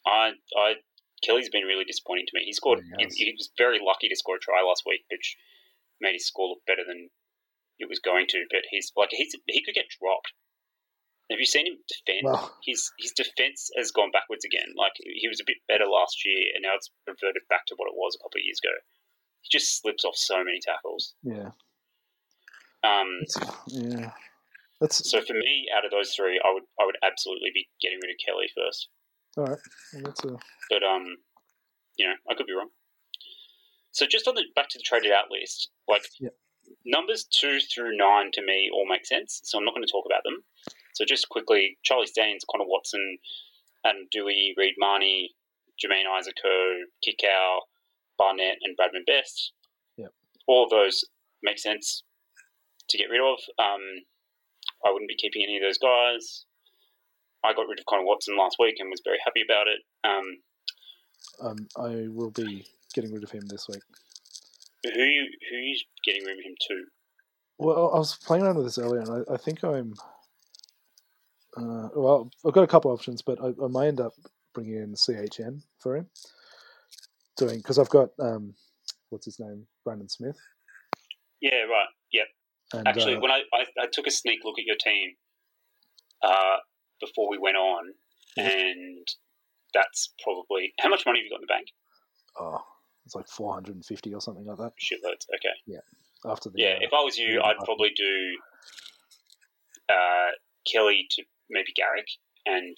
Speaker 2: I, I, Kelly's been really disappointing to me. He scored.
Speaker 1: Yeah,
Speaker 2: He,
Speaker 1: he has.
Speaker 2: he was very lucky to score a try last week, which made his score look better than it was going to. But he's like he's he could get dropped. Have you seen him defend?
Speaker 1: Well,
Speaker 2: his his defense has gone backwards again. Like he was a bit better last year, and now it's reverted back to what it was a couple of years ago. He just slips off so many tackles.
Speaker 1: yeah,
Speaker 2: Um,
Speaker 1: it's, yeah, that's
Speaker 2: So for me, out of those three, I would I would absolutely be getting rid of Kelly first.
Speaker 1: all right. That's a,
Speaker 2: But um, you know, I could be wrong. So just on the back to the traded out list, like
Speaker 1: Yeah.
Speaker 2: numbers two through nine to me all make sense. So I'm not going to talk about them. So just quickly, Charlie Staines, Connor Watson, Adam Dewey, Reed Marnie, Jermaine Isaaco, Kickow, Barnett, and Bradman Best.
Speaker 1: Yeah.
Speaker 2: All of those make sense to get rid of. Um, I wouldn't be keeping any of those guys. I got rid of Connor Watson last week and was very happy about it. Um,
Speaker 1: um, I will be getting rid of him this week.
Speaker 2: Who you who you getting rid of him to?
Speaker 1: Well, I was playing around with this earlier, and I, I think I'm. Uh, well, I've got a couple options, but I, I might end up bringing in CHM for him. Doing because I've got um, what's his name, Brandon Smith.
Speaker 2: Yeah, right. Yeah,
Speaker 1: And,
Speaker 2: actually,
Speaker 1: uh,
Speaker 2: when I, I I took a sneak look at your team uh, before we went on,
Speaker 1: Yeah.
Speaker 2: and that's probably how much money have you got in the bank?
Speaker 1: oh, it's like 450 or something like that.
Speaker 2: Shitloads. Okay.
Speaker 1: After the
Speaker 2: Yeah,
Speaker 1: uh,
Speaker 2: if I was you,
Speaker 1: yeah,
Speaker 2: I'd
Speaker 1: I-
Speaker 2: probably do uh, Kelly to maybe Garrick and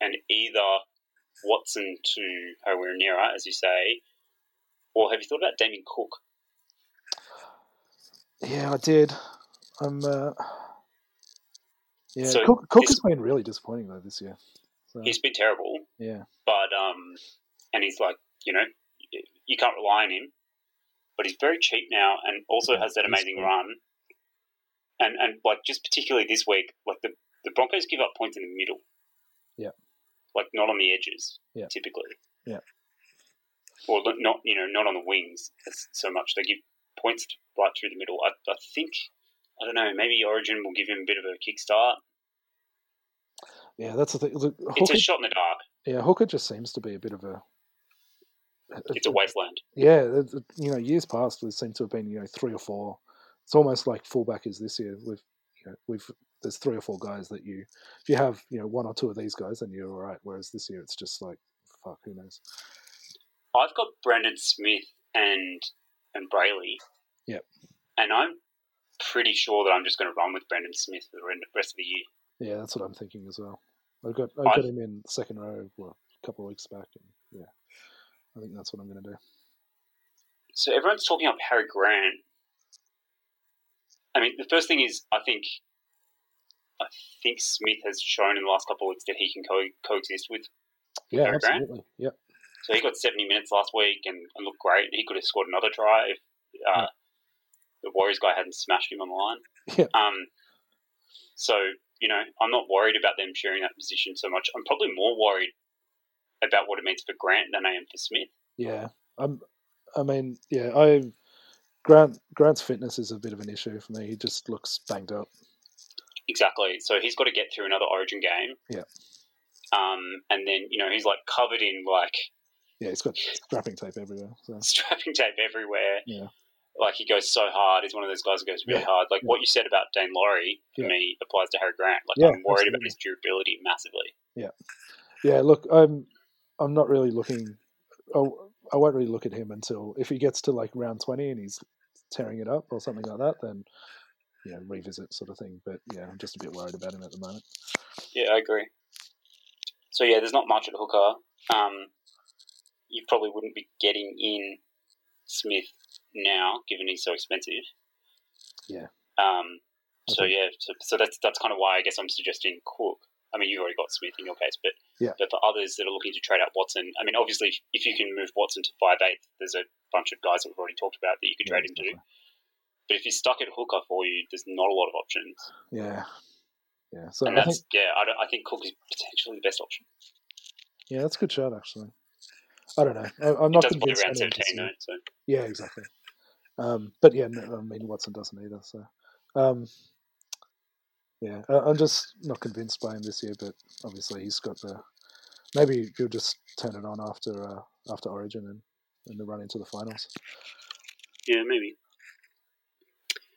Speaker 2: and either Watson to Hawiranira, as you say, or have you thought about Damien Cook?
Speaker 1: yeah, I did. I'm. Uh, yeah,
Speaker 2: So
Speaker 1: Cook, Cook
Speaker 2: this-
Speaker 1: has been really disappointing though this year. So,
Speaker 2: He's been terrible.
Speaker 1: yeah,
Speaker 2: but um, and he's like, you know, you can't rely on him, but he's very cheap now, and also
Speaker 1: Yeah,
Speaker 2: has that
Speaker 1: he's
Speaker 2: amazing
Speaker 1: cheap.
Speaker 2: run, and and like just particularly this week, like the the Broncos give up points in the middle,
Speaker 1: Yeah.
Speaker 2: like not on the edges,
Speaker 1: Yeah.
Speaker 2: typically,
Speaker 1: Yeah.
Speaker 2: or not- not you know not on the wings as- so much. They give points right through the middle. I, I think I don't know. Maybe Origin will give him a bit of a kickstart.
Speaker 1: yeah, that's the thing. Look,
Speaker 2: It's
Speaker 1: Hooker-
Speaker 2: a shot in the dark.
Speaker 1: Yeah, Hooker just seems to be a bit of a.
Speaker 2: It's a wasteland.
Speaker 1: Yeah, it- it- you know, years past there seem to have been you know three or four it's almost like fullback is this year. We've you know, we've there's three or four guys that you if you have you know one or two of these guys then you're all right. Whereas this year it's just like fuck, who knows?
Speaker 2: I've got Brandon Smith and and Brayley.
Speaker 1: Yep.
Speaker 2: And I'm pretty sure that I'm just going to run with Brandon Smith for the rest of the year.
Speaker 1: Yeah, that's what I'm thinking as well. I got I got
Speaker 2: I-
Speaker 1: him in second row well, a couple of weeks back, and yeah, I think that's what I'm going to do.
Speaker 2: So everyone's talking up Harry Grant. I mean, the first thing is, I think, I think Smith has shown in the last couple of weeks that he can co- coexist with.
Speaker 1: Yeah,
Speaker 2: Harry Grant?
Speaker 1: absolutely. Yeah,
Speaker 2: So he got 70 minutes last week and, and looked great. He could have scored another try if uh,
Speaker 1: Yeah.
Speaker 2: the Warriors guy hadn't smashed him on the line.
Speaker 1: Yeah.
Speaker 2: Um, so you know, I'm not worried about them sharing that position so much. I'm probably more worried about what it means for Grant than I am for Smith.
Speaker 1: yeah. I'm. I mean, yeah. I Grant Grant's fitness is a bit of an issue for me. He just looks banged up.
Speaker 2: Exactly. So he's got to get through another Origin game.
Speaker 1: Yeah.
Speaker 2: Um, and then you know he's like covered in like
Speaker 1: Yeah, he's got scrapping tape everywhere. So
Speaker 2: [laughs] strapping tape everywhere.
Speaker 1: Yeah.
Speaker 2: Like he goes so hard. He's one of those guys who goes really
Speaker 1: Yeah.
Speaker 2: hard. Like
Speaker 1: Yeah.
Speaker 2: what you said about Dane Laurie for
Speaker 1: Yeah.
Speaker 2: me applies to Harry Grant. Like
Speaker 1: Yeah,
Speaker 2: I'm worried about
Speaker 1: absolutely.
Speaker 2: his durability massively.
Speaker 1: yeah, look, I'm. I'm not really looking. Oh, I won't really look at him until if he gets to like round twenty and he's tearing it up or something like that. Then you know, revisit sort of thing. But yeah, I'm just a bit worried about him at the moment.
Speaker 2: Yeah, I agree. So yeah, there's not much at hooker. Um, you probably wouldn't be getting in Smith now, given he's so expensive.
Speaker 1: Yeah.
Speaker 2: Um, so
Speaker 1: Okay.
Speaker 2: yeah, so, so that's that's kind of why I guess I'm suggesting Cook. I mean, you've already got Smith in your case, but
Speaker 1: Yeah.
Speaker 2: but for others that are looking to trade up Watson, I mean, obviously if- if you can move Watson to five eight, there's a bunch of guys that we've already talked about that you could
Speaker 1: Yeah,
Speaker 2: trade him to. But if he's stuck at hooker for you, there's not a lot of options,
Speaker 1: Yeah, yeah. So
Speaker 2: and
Speaker 1: I think
Speaker 2: that's yeah, I, don't, I think Cook is potentially the best option.
Speaker 1: yeah, that's a good shot actually. I don't know. I, I'm not
Speaker 2: it does play
Speaker 1: convinced.
Speaker 2: around
Speaker 1: any of
Speaker 2: 17,
Speaker 1: this year.
Speaker 2: though. So.
Speaker 1: Yeah, exactly. Um, but yeah, no, I mean Watson doesn't either. So um, yeah, I, I'm just not convinced by him this year. But obviously, he's got the maybe he'll just turn it on after uh, after Origin and and the run into the finals.
Speaker 2: Yeah, maybe.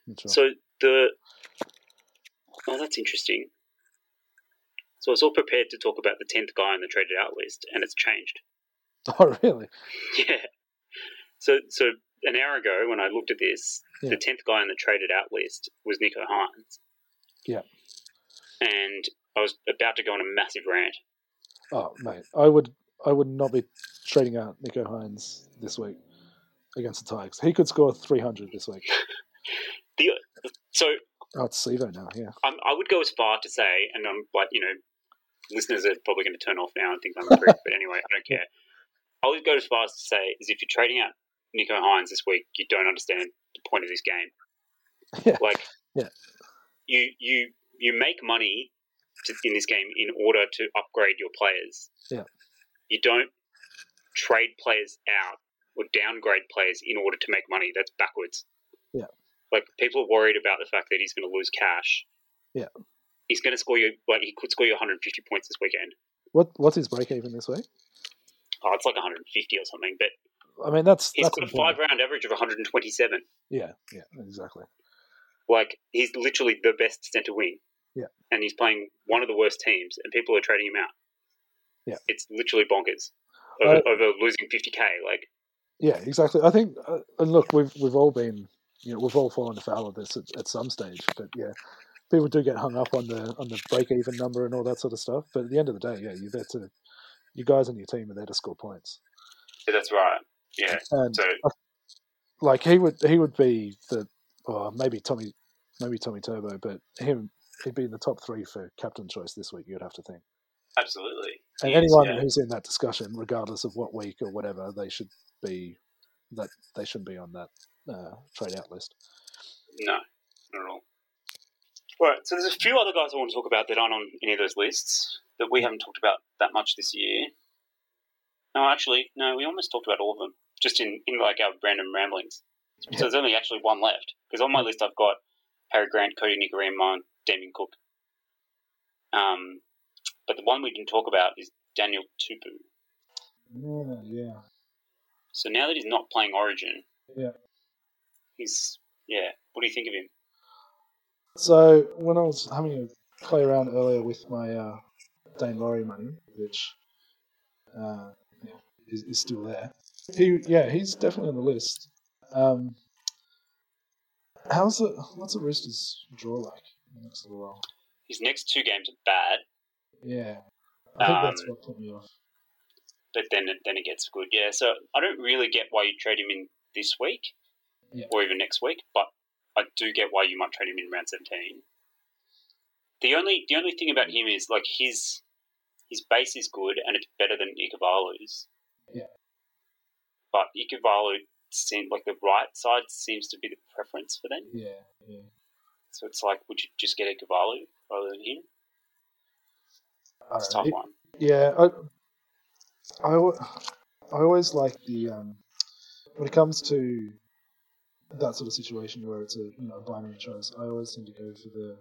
Speaker 1: Not sure.
Speaker 2: So the. Oh, that's interesting. So I was all prepared to talk about the 10th guy on the traded out list, and it's changed.
Speaker 1: [laughs]
Speaker 2: [laughs]
Speaker 1: oh really?
Speaker 2: Yeah. So, so an hour ago, when I looked at this,
Speaker 1: Yeah.
Speaker 2: the 10th guy on the traded out list was Nico Hines.
Speaker 1: Yeah.
Speaker 2: And I was about to go on a massive rant.
Speaker 1: Oh mate, I would I would not be trading out Nico Hines this week against the Tigers. He could score 300 this week.
Speaker 2: So
Speaker 1: Oh, it's Sevo now. Yeah. [laughs]
Speaker 2: I'm, I would go as far to say, and I'm like, you know, listeners are probably going to turn off now and think I'm a prick, but anyway, I don't care. I would go as far as to say is if you're trading out Nico Hines this week, you don't understand the point of this game.
Speaker 1: Yeah.
Speaker 2: Like,
Speaker 1: [laughs] Yeah.
Speaker 2: you you you make money to, in this game in order to upgrade your players.
Speaker 1: Yeah.
Speaker 2: You don't trade players out or downgrade players in order to make money. That's backwards.
Speaker 1: Yeah.
Speaker 2: Like people are worried about the fact that he's going to lose cash.
Speaker 1: Yeah.
Speaker 2: He's going to score you like he could score you 150 points this weekend.
Speaker 1: What what's his break even this week?
Speaker 2: Oh, it's like 150 or something, but
Speaker 1: I mean, that's
Speaker 2: he's
Speaker 1: that's
Speaker 2: got a
Speaker 1: important.
Speaker 2: five round average of 127.
Speaker 1: Yeah, yeah, exactly.
Speaker 2: Like he's literally the best centre wing.
Speaker 1: Yeah.
Speaker 2: And he's playing one of the worst teams, and people are trading him out.
Speaker 1: Yeah.
Speaker 2: It's literally bonkers over,
Speaker 1: Uh,
Speaker 2: over losing 50k. Like
Speaker 1: Yeah, exactly. I think, uh, and look, we've we've all been, you know, we've all fallen foul of this at, at some stage. But yeah, people do get hung up on the on the break even number and all that sort of stuff. But at the end of the day, yeah, you're there to, you guys and your team are there to score points.
Speaker 2: that's right. Yeah.
Speaker 1: And
Speaker 2: So
Speaker 1: like he would he would be the, or maybe Tommy, maybe Tommy Turbo, but him he'd be in the top three for captain choice this week. You'd have to think.
Speaker 2: absolutely.
Speaker 1: And anyone who's in that discussion, regardless of what week or whatever, they should be that they shouldn't be on that uh, trade out list.
Speaker 2: No, not at all. All right, so there's a few other guys I want to talk about that aren't on any of those lists that we haven't talked about that much this year. No, actually, no, we almost talked about all of them, just in, in like our random ramblings. So there's only actually one left, because on my list I've got Harry Grant, Cody Nicarima, Damien Cook. Um, but the one we didn't talk about is Daniel Tupu.
Speaker 1: Yeah, yeah,
Speaker 2: So now that he's not playing Origin,
Speaker 1: yeah.
Speaker 2: he's Yeah. What do you think of him?
Speaker 3: So when I was having a play around earlier with my uh, Dane Laurie money, which uh, yeah, is, is still there, he yeah he's definitely on the list. Um, how's the what's the Roosters draw like in the next little while?
Speaker 2: His next two games are bad,
Speaker 3: Yeah, I think that's
Speaker 2: Um,
Speaker 3: what put me off.
Speaker 2: but then it, then it gets good. Yeah. So I don't really get why you trade him in this week
Speaker 3: Yeah.
Speaker 2: or even next week, but I do get why you might trade him in round seventeen. The only the only thing about him is like his his base is good and it's better than Ikevalu's.
Speaker 3: Yeah.
Speaker 2: But Ikevalu seems like the right side seems to be the preference for them.
Speaker 3: Yeah, yeah.
Speaker 2: So it's like, would you just get Ikevalu rather than him?
Speaker 3: I
Speaker 2: It's a
Speaker 3: don't
Speaker 2: tough
Speaker 3: know.
Speaker 2: one.
Speaker 3: Yeah, I, I, al- I always like the um, when it comes to that sort of situation where it's a you know a binary choice. I always seem to go for the,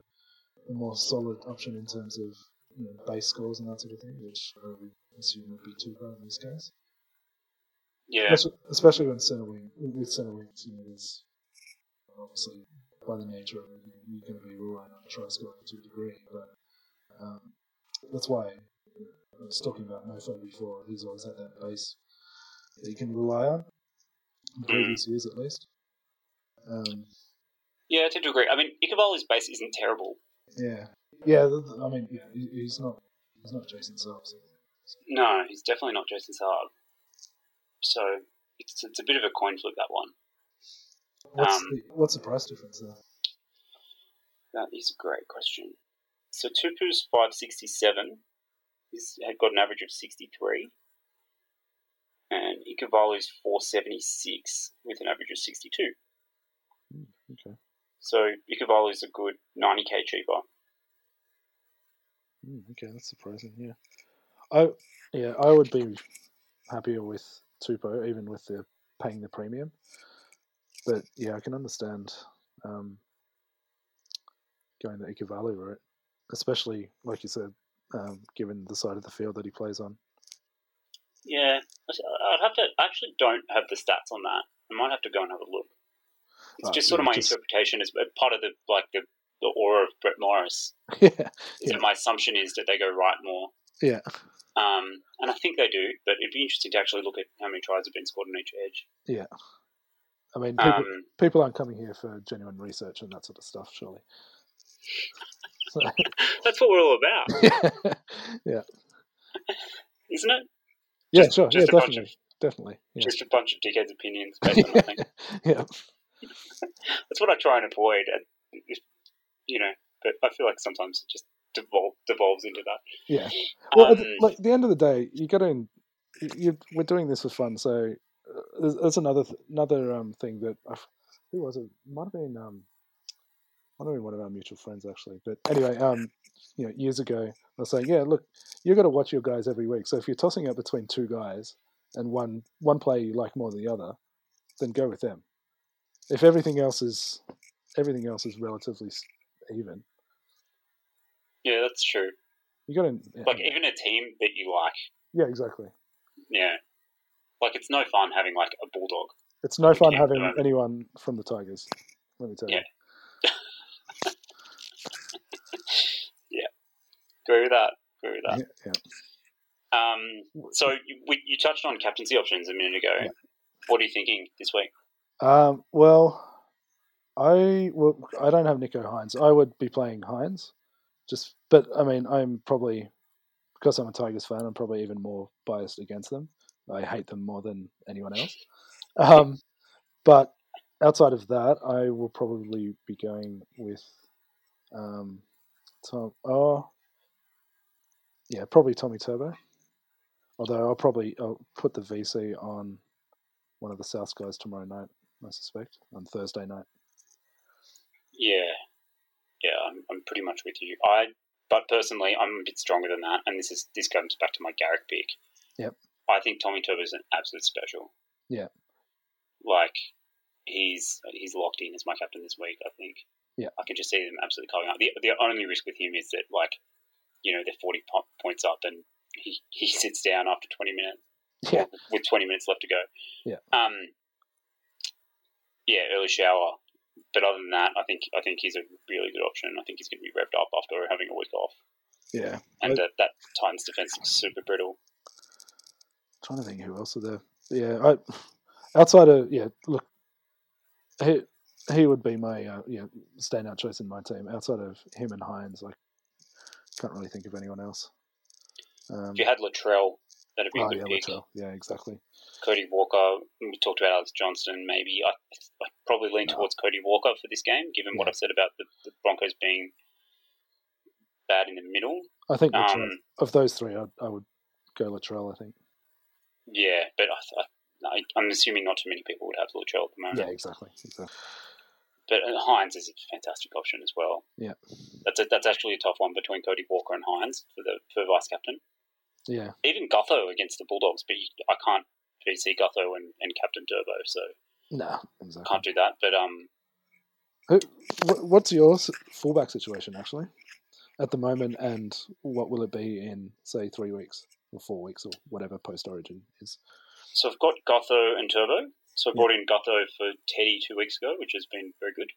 Speaker 3: the more solid option in terms of you know, base scores and that sort of thing, which I would assume would be too high in this case.
Speaker 2: Yeah.
Speaker 3: Especially, especially when center wing with center wings, you know, there's obviously by the nature of it, you're going to be relying on try scoring to a degree, but um, that's why uh, I was talking about Mofo before. He's always had that base that you can rely on. In previous years, at least. Um,
Speaker 2: Yeah, I tend to agree. I mean, Ikevalu's base isn't terrible.
Speaker 3: yeah, yeah. th- th- I mean, yeah, he- he's not he's not Jason Self.
Speaker 2: No, he's definitely not Jason Saab. So it's it's a bit of a coin flip that one.
Speaker 3: What's
Speaker 2: Um,
Speaker 3: the what's the price difference there?
Speaker 2: That is a great question. So Tupu's five sixty seven. He's had got an average of sixty three, and Ikevalu's four seventy six with an average of sixty two.
Speaker 1: Okay.
Speaker 2: So Ikevalu's a good ninety k cheaper.
Speaker 1: Mm, okay, that's surprising. Yeah, I yeah I would be happier with Tupo even with the paying the premium, but yeah, I can understand um, going the Ikevali route, especially like you said, um, given the side of the field that he plays on. [laughs]
Speaker 2: Yeah, I s- I'd have to. I actually don't have the stats on that. I might have to go and have a look. It's
Speaker 1: Uh,
Speaker 2: just sort of
Speaker 1: yeah,
Speaker 2: my
Speaker 1: just-
Speaker 2: interpretation as but part of the like the, the aura of Brett Morris.
Speaker 1: yeah,
Speaker 2: Is
Speaker 1: Yeah.
Speaker 2: that my assumption is that they go right more,
Speaker 1: yeah,
Speaker 2: um, and I think they do. But it'd be interesting to actually look at how many tries have been scored on each edge.
Speaker 1: yeah. I mean, people,
Speaker 2: Um,
Speaker 1: people aren't coming here for genuine research and that sort of stuff, surely. [laughs] So, [laughs]
Speaker 2: that's what we're all about,
Speaker 1: yeah,
Speaker 2: isn't it?
Speaker 1: yeah,
Speaker 2: Just-
Speaker 1: sure,
Speaker 2: just
Speaker 1: yeah,
Speaker 2: a bunch
Speaker 1: definitely, definitely, yeah,
Speaker 2: Just a bunch of dickheads' opinions based on nothing.
Speaker 1: [laughs] yeah,
Speaker 2: That's what I try and avoid. and if- You know, but I feel like sometimes it just devol- devolves into that.
Speaker 1: yeah. Well, at,
Speaker 2: Um,
Speaker 1: the- like at the end of the day, you got to. You, you- we're doing this for fun, so uh, there's, there's another th- another um, thing that I f who was it? Might have been um, might have been one of our mutual friends actually. But anyway, um, you know, years ago, I was saying, yeah, look, you got to watch your guys every week. So if you're tossing up between two guys and one one player you like more than the other, then go with them. If everything else is everything else is relatively s- even,
Speaker 2: yeah, that's true.
Speaker 1: you got to
Speaker 2: Like even a team that you like,
Speaker 1: yeah, exactly.
Speaker 2: yeah. Like it's no fun having like a bulldog.
Speaker 1: It's no fun
Speaker 2: Okay,
Speaker 1: having
Speaker 2: um,
Speaker 1: anyone from the Tigers. Let me tell you.
Speaker 2: Yeah. Agree with that. Agree with that.
Speaker 1: Yeah, yeah.
Speaker 2: Um, so you, we, you touched on captaincy options a minute ago.
Speaker 1: Yeah.
Speaker 2: What are you thinking this week?
Speaker 1: Um, well, I well, I don't have Nico Hines. I would be playing Hines, just but I mean I'm probably because I'm a Tigers fan. I'm probably even more biased against them. I hate them more than anyone else. Um, but outside of that, I will probably be going with um, Tom. Oh, yeah, probably Tommy Turbo. Although I'll probably I'll put the VC on one of the South guys tomorrow night. I suspect on Thursday night.
Speaker 2: Yeah, yeah, I'm, I'm pretty much with you. I, but personally, I'm a bit stronger than that, and this is this comes back to my Garrick pick.
Speaker 1: Yep.
Speaker 2: I think Tommy Turbo is an absolute special.
Speaker 1: Yeah.
Speaker 2: like he's he's locked in as my captain this week. I think.
Speaker 1: Yeah.
Speaker 2: I can just see them absolutely covering up. The the only risk with him is that like, you know, they're forty po- points up and he he [laughs] sits down after twenty minutes.
Speaker 1: Yeah,
Speaker 2: with 20 minutes left to go.
Speaker 1: Yeah.
Speaker 2: Um, yeah, early shower but other than that, I think I think he's a really good option. I think he's going to be revved up after having a week off,
Speaker 1: Yeah.
Speaker 2: and
Speaker 1: I-
Speaker 2: that that Titans defense is super brittle.
Speaker 1: trying to think who else are there. Yeah, I outside of yeah, look, he he would be my uh, yeah standout choice in my team. Outside of him and Hines, I can't really think of anyone else. Um,
Speaker 2: If you had Latrell, that'd be a
Speaker 1: oh,
Speaker 2: good
Speaker 1: yeah,
Speaker 2: pick.
Speaker 1: Latrell. Yeah, exactly.
Speaker 2: Cody Walker. We talked about Alex Johnston. Maybe I I probably lean
Speaker 1: No.
Speaker 2: towards Cody Walker for this game, given what
Speaker 1: Yeah.
Speaker 2: I've said about the, the Broncos being bad in the middle.
Speaker 1: I think Latrell,
Speaker 2: Um,
Speaker 1: of those three, I, I would go Latrell. I think.
Speaker 2: yeah, but I, I, I'm assuming not too many people would have Latrell at the moment.
Speaker 1: Yeah, exactly. Exactly.
Speaker 2: But uh, Hines is a fantastic option as well.
Speaker 1: Yeah.
Speaker 2: That's a, that's actually a tough one between Cody Walker and Hines for the for vice captain.
Speaker 1: Yeah,
Speaker 2: Even Gutho against the Bulldogs, but you- I can't VC Gutho and, and Captain Durbo, so
Speaker 1: nah, exactly.
Speaker 2: can't do that. But um,
Speaker 1: Wh- What's your s- fullback situation actually at the moment, and what will it be in say three weeks or four weeks or whatever post Origin is?
Speaker 2: so I've got Gutho and Turbo. So I brought in Gutho for Teddy two weeks ago, which has been very good.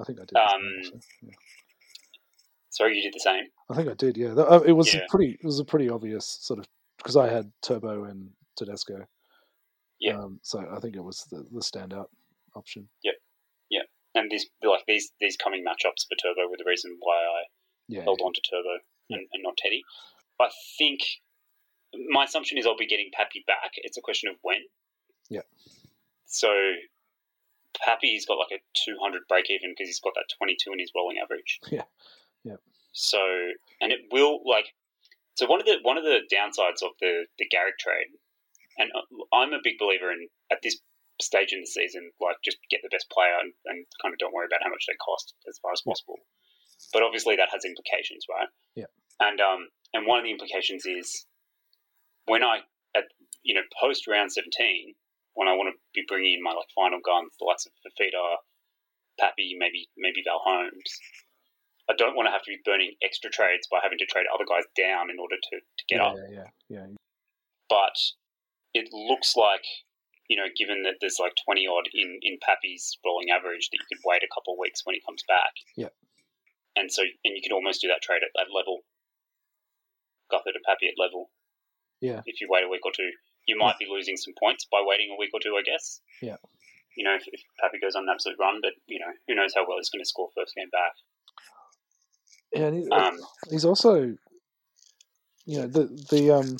Speaker 1: I think I did. the same,
Speaker 2: Um,
Speaker 1: actually. Yeah.
Speaker 2: Sorry, you did the same.
Speaker 1: I think I did. Yeah, Th- uh, it was
Speaker 2: Yeah.
Speaker 1: a pretty. It was a pretty obvious sort of because I had Turbo and Tedesco.
Speaker 2: Yeah.
Speaker 1: Um, so I think it was the, the standout option.
Speaker 2: And these like these these coming matchups for Turbo were the reason why I
Speaker 1: Yeah.
Speaker 2: held on to Turbo and, and not Teddy. I think my assumption is I'll be getting Pappy back. It's a question of when.
Speaker 1: Yeah.
Speaker 2: So Pappy's got like a 200 break even because he's got that 22 in his rolling average.
Speaker 1: [laughs] Yeah. Yeah.
Speaker 2: So and it will like so one of the one of the downsides of the the Garrick trade, and uh, I'm a big believer in at this stage in the season, like just get the best player and, and kind of don't worry about how much they cost as far as possible. But obviously that has implications, right?
Speaker 1: Yeah.
Speaker 2: And um and one of the implications is when I at you know post round seventeen when I want to be bringing in my like final guns, the likes of Fafita, Pappy, maybe maybe Val Holmes. I don't want to have to be burning extra trades by having to trade other guys down in order to, to get
Speaker 1: yeah,
Speaker 2: up
Speaker 1: yeah, yeah, yeah.
Speaker 2: but it looks like you know, given that there's like twenty odd in in Pappy's rolling average, that you could wait a couple of weeks when he comes back.
Speaker 1: Yeah.
Speaker 2: And so, and you could almost do that trade at that level, Gutho to Pappy at level.
Speaker 1: Yeah.
Speaker 2: If you wait a week or two, you might be losing some points by waiting a week or two, I guess.
Speaker 1: Yeah.
Speaker 2: You know, if, if Pappy goes on an absolute run, but you know, who knows how well he's going to score first game back.
Speaker 1: Yeah, and he-
Speaker 2: Um,
Speaker 1: he's also, you know, the the um,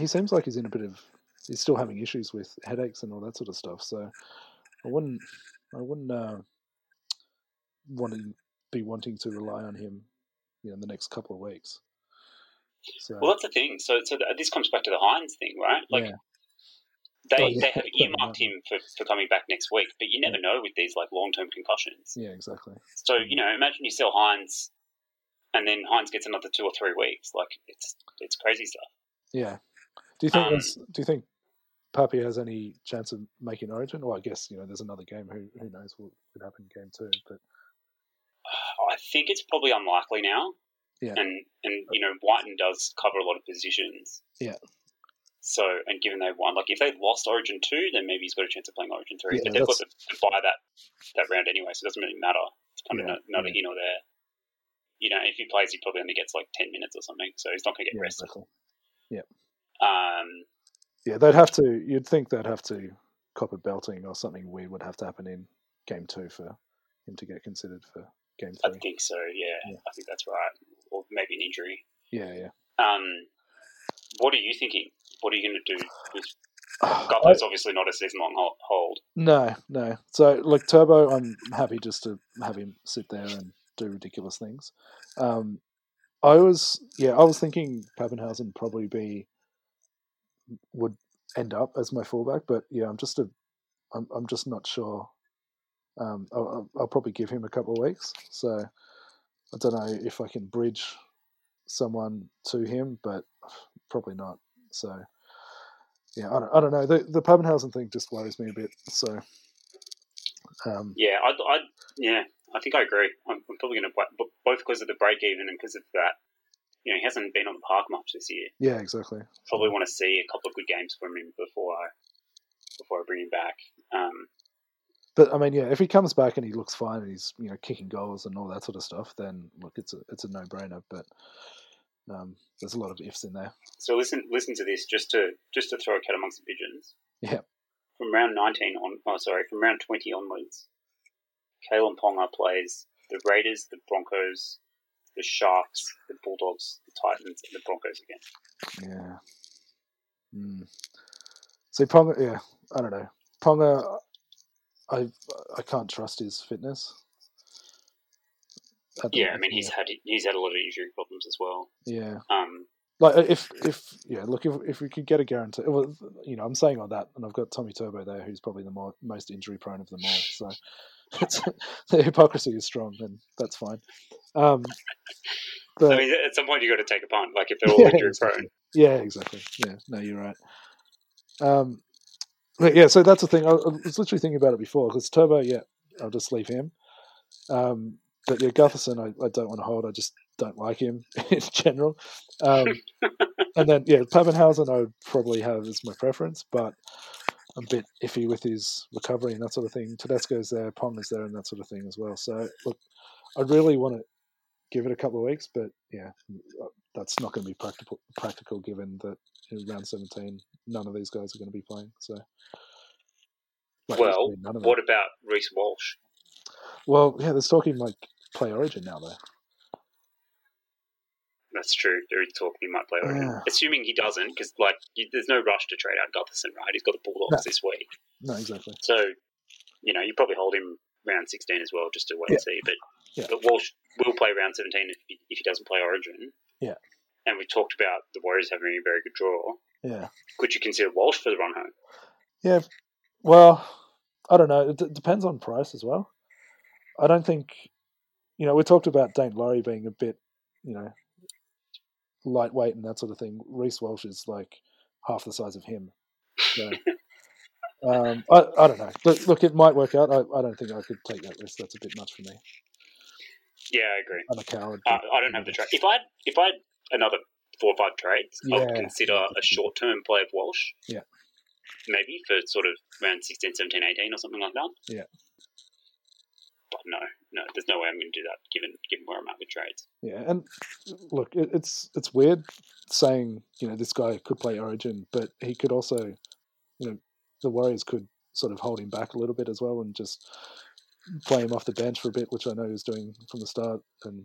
Speaker 1: he seems like he's in a bit of, he's still having issues with headaches and all that sort of stuff. So I wouldn't, I wouldn't uh, want to be wanting to rely on him, you know, in the next couple of weeks. So
Speaker 2: well, that's the thing. So, so th- this comes back to the Hines thing, right? Like,
Speaker 1: yeah,
Speaker 2: they,
Speaker 1: Oh, yeah. [laughs]
Speaker 2: they have earmarked
Speaker 1: Yeah.
Speaker 2: him for, for coming back next week, but you never know with these like long term concussions.
Speaker 1: yeah, exactly.
Speaker 2: So you know, imagine you sell Hines, and then Hines gets another two or three weeks. Like it's it's crazy stuff.
Speaker 1: Yeah. Do you think?
Speaker 2: Um,
Speaker 1: there's- do you think Papi has any chance of making Origin? Well, I guess you know there's another game. Who who knows what could happen in game two? But
Speaker 2: I think it's probably unlikely now.
Speaker 1: Yeah.
Speaker 2: And and you know, Whiten does cover a lot of positions.
Speaker 1: Yeah.
Speaker 2: So and given they won, like if they lost Origin two, then maybe he's got a chance of playing Origin three. but
Speaker 1: Yeah,
Speaker 2: they've got
Speaker 1: that's-
Speaker 2: to, to buy that that round anyway, so it doesn't really matter. It's kind
Speaker 1: Yeah,
Speaker 2: of not, not
Speaker 1: yeah.
Speaker 2: a here nor there. You know, if he plays, he probably only gets like ten minutes or something, so he's not going to get
Speaker 1: yeah,
Speaker 2: rested.
Speaker 1: exactly.
Speaker 2: Um,
Speaker 1: Yeah, they'd have to. You'd think they'd have to copper belting or something weird would have to happen in game two for him to get considered for game
Speaker 2: I
Speaker 1: three.
Speaker 2: think so. Yeah,
Speaker 1: Yeah.
Speaker 2: I think that's right. Or maybe an injury.
Speaker 1: Yeah, yeah.
Speaker 2: Um, what are you thinking? What are you going to do? With
Speaker 1: [sighs] I-
Speaker 2: Gutho's obviously not a season long hold.
Speaker 1: no, no. So like Turbo, I'm happy just to have him sit there and do ridiculous things. Um, I was yeah, I was thinking Pappenhausen probably be would end up as my fullback, but yeah, I'm just a I'm I'm just not sure. Um, I'll, I'll- I'll probably give him a couple of weeks, so I don't know if I can bridge someone to him, but probably not. So yeah, I don't, I don't know. The the Pappenhausen thing just worries me a bit. So um,
Speaker 2: Yeah, I, I, yeah, I think I agree. I'm, I'm probably going to both because of the break even and because of that. You know, he hasn't been on the park much this year.
Speaker 1: yeah, exactly.
Speaker 2: Probably want to see a couple of good games from him before I before I bring him back. Um,
Speaker 1: But I mean, yeah, if he comes back and he looks fine and he's you know kicking goals and all that sort of stuff, then look, it's a it's a no brainer. But um, there's a lot of ifs in there.
Speaker 2: So listen, listen to this just to just to throw a cat amongst the pigeons.
Speaker 1: Yeah.
Speaker 2: From round 19 on, oh sorry, from round 20 onwards, Kalen Ponga plays the Raiders, the Broncos, the Sharks, the Bulldogs, the Titans, and the Broncos again.
Speaker 1: Yeah. Mm. So Ponga, yeah, I don't know. Ponga, I I can't trust his fitness. don't-
Speaker 2: Yeah, I mean he's had he's had a lot of injury problems as well.
Speaker 1: yeah.
Speaker 2: Um,
Speaker 1: Like uh, if if yeah, look if if we could get a guarantee, well, you know, I'm saying all that, and I've got Tommy Turbo there, who's probably the more, most injury prone of them all. So [laughs] it's, the hypocrisy is strong, and that's fine. Um,
Speaker 2: so [laughs]
Speaker 1: but-
Speaker 2: I mean, at some point you got to take a punt. Like if
Speaker 1: [laughs]
Speaker 2: they're all injury prone,
Speaker 1: exactly. Yeah, exactly. Yeah, no, you're right. Um, but yeah, so that's the thing. I, I was literally thinking about it before because Turbo, yeah, I'll just leave him. Um, but yeah, Gutherson, I, I don't want to hold. I just don't like him [laughs] in general. Um, and then yeah, Pappenhausen, I would probably have as my preference, but I'm a bit iffy with his recovery and that sort of thing. Tedesco's there, Pong is there, and that sort of thing as well. So look, I really want to give it a couple of weeks, but yeah, uh, that's not going to be practical. Practical given that in round 17, none of these guys are going to be playing. So,
Speaker 2: Well,
Speaker 1: literally none of them.
Speaker 2: what about Reese Walsh?
Speaker 1: Well, yeah, there's talking like play Origin now though.
Speaker 2: That's true. There is talk he might play Origin,
Speaker 1: Yeah.
Speaker 2: assuming he doesn't, because like you, there's no rush to trade out Gutherson, right? He's got the Bulldogs this week,
Speaker 1: No, exactly.
Speaker 2: so you know you probably hold him round 16 as well, just to wait and see. But
Speaker 1: Yeah.
Speaker 2: but Walsh will play round 17 if he, if he doesn't play Origin.
Speaker 1: Yeah.
Speaker 2: And we talked about the Warriors having a very good draw.
Speaker 1: Yeah.
Speaker 2: Could you consider Walsh for the run home?
Speaker 1: Well, I don't know. It d- depends on price as well. I don't think, you know, we talked about Dane Laurie being a bit, you know, lightweight and that sort of thing. Reese Walsh is like half the size of him. So, um, I, I don't know. Look, look, it might work out. I, I don't think I could take that risk. That's a bit much for me.
Speaker 2: Yeah, I agree.
Speaker 1: I'm a coward.
Speaker 2: I, I don't have the trade. If I if I had another four or five trades, I would
Speaker 1: Yeah.
Speaker 2: consider a short term play of Walsh.
Speaker 1: Yeah.
Speaker 2: Maybe for sort of around 16, 17, 18 or something like that.
Speaker 1: Yeah.
Speaker 2: But no, no, there's no way I'm going to do that given given where I'm at with trades.
Speaker 1: Yeah, and look, it, it's it's weird saying you know this guy could play Origin, but he could also, you know, the Warriors could sort of hold him back a little bit as well and just play him off the bench for a bit, which I know he was doing from the start, and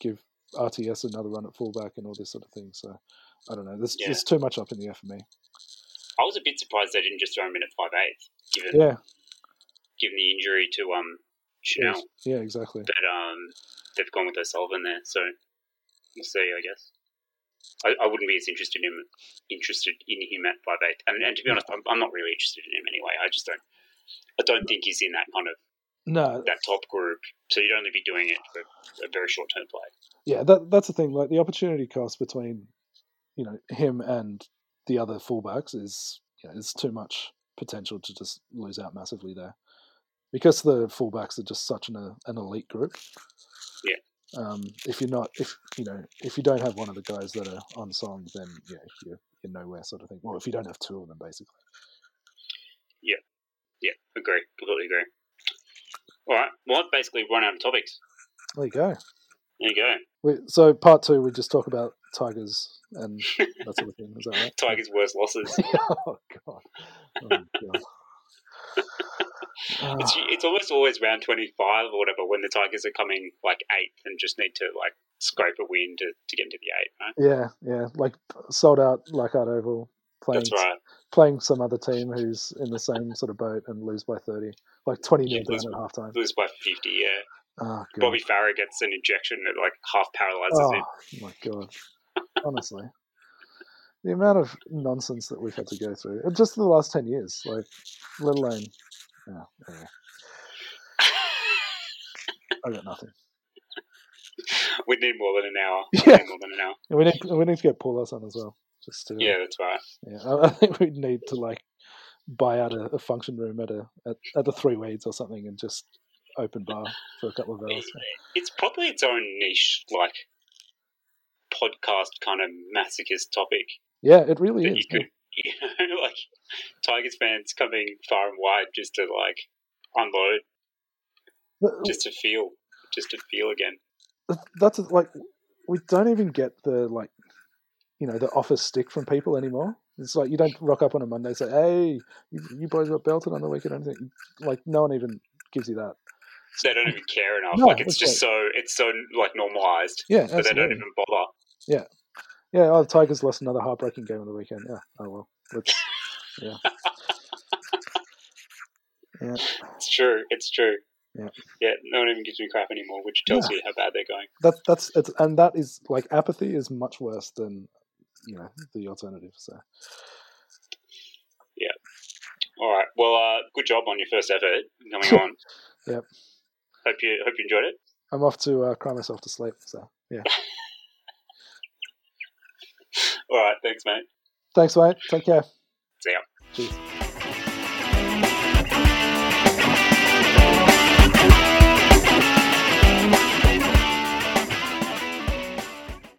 Speaker 1: give RTS another run at fullback and all this sort of thing. So I don't know, there's
Speaker 2: Yeah.
Speaker 1: there's too much up in the air for me.
Speaker 2: I was a bit surprised they didn't just throw him in at five eight, given
Speaker 1: Yeah,
Speaker 2: given the injury to um
Speaker 1: yeah,
Speaker 2: Chanel.
Speaker 1: yeah, exactly.
Speaker 2: But um, they've gone with O'Sullivan there, so we'll see. I guess I, I wouldn't be as interested in interested in him at five eight, and, and to be honest, I'm, I'm not really interested in him anyway. I just don't. I don't think he's in that kind of
Speaker 1: No,
Speaker 2: that top group. So you'd only be doing it for a very short term play.
Speaker 1: yeah, that that's the thing. Like the opportunity cost between, you know, him and the other fullbacks is you know, it's too much potential to just lose out massively there, because the fullbacks are just such an uh, an elite group.
Speaker 2: Yeah.
Speaker 1: Um, if you're not, if you know, if you don't have one of the guys that are on song, then yeah, you're, you're nowhere, sort of thing. Well, if you don't have two of them, basically.
Speaker 2: Yeah, agree. Completely agree. All right. Well, I've basically run out of topics.
Speaker 1: There you go.
Speaker 2: There you go.
Speaker 1: We, so part two, we just talk about tigers and that sort of thing. Is that right?
Speaker 2: [laughs] Tigers' worst losses.
Speaker 1: [laughs] oh god. Oh, god. Ah.
Speaker 2: It's, it's almost always round 25 or whatever when the Tigers are coming like eighth and just need to like scrape a win to, to get into the eight, right?
Speaker 1: Yeah, yeah, like sold out Leichhardt Oval, playing
Speaker 2: That's right.
Speaker 1: playing some other team who's in the same sort of boat and lose by thirty, like twenty nil
Speaker 2: Yeah,
Speaker 1: down
Speaker 2: lose-
Speaker 1: at halftime.
Speaker 2: Lose by 50, yeah.
Speaker 1: Oh god,
Speaker 2: Bobby Farah gets an injection that like half paralyzes
Speaker 1: oh
Speaker 2: him. [laughs]
Speaker 1: my god, honestly, the amount of nonsense that we've had to go through in just the last ten years, like let alone, yeah, anyway, I got nothing.
Speaker 2: we need more than an hour. We
Speaker 1: Yeah.
Speaker 2: need more than an hour.
Speaker 1: And we need we need to get Paul us on as well, just to uh,
Speaker 2: Yeah, that's right.
Speaker 1: yeah. I, [laughs] I think we need to like buy out a, a function room at a at, at the Three Weeds or something and just open bar for a couple of hours.
Speaker 2: It's probably its own niche, like podcast kind of masochist topic.
Speaker 1: Yeah, it really
Speaker 2: that [laughs] you
Speaker 1: is.
Speaker 2: could, you know, like Tigers fans coming far and wide just to like unload
Speaker 1: But-
Speaker 2: just to feel, just to feel again.
Speaker 1: That's- that's like we don't even get the like you know the office stick from people anymore it's like you don't rock up on a monday and say hey you, you boys got belted on the weekend or anything like no one even gives you that
Speaker 2: They don't even care enough.
Speaker 1: No,
Speaker 2: like it's
Speaker 1: that's
Speaker 2: just so it's so like normalized
Speaker 1: yeah
Speaker 2: that they don't
Speaker 1: absolutely.
Speaker 2: even bother.
Speaker 1: yeah oh the tigers lost another heartbreaking game on the weekend yeah oh well let's yeah yeah
Speaker 2: It's true. It's true.
Speaker 1: Yeah.
Speaker 2: Yeah, no one even gives me crap anymore, which tells you how bad they're going.
Speaker 1: that, that's it's and that is like apathy is much worse than you know the alternative so
Speaker 2: All right. Well, uh, good job on your first effort
Speaker 1: [laughs]
Speaker 2: coming on.
Speaker 1: Yep.
Speaker 2: Hope you hope you enjoyed it.
Speaker 1: i'm off to uh, cry myself to sleep so yeah
Speaker 2: All right. Thanks, mate.
Speaker 1: thanks mate take care
Speaker 2: See ya.
Speaker 1: cheers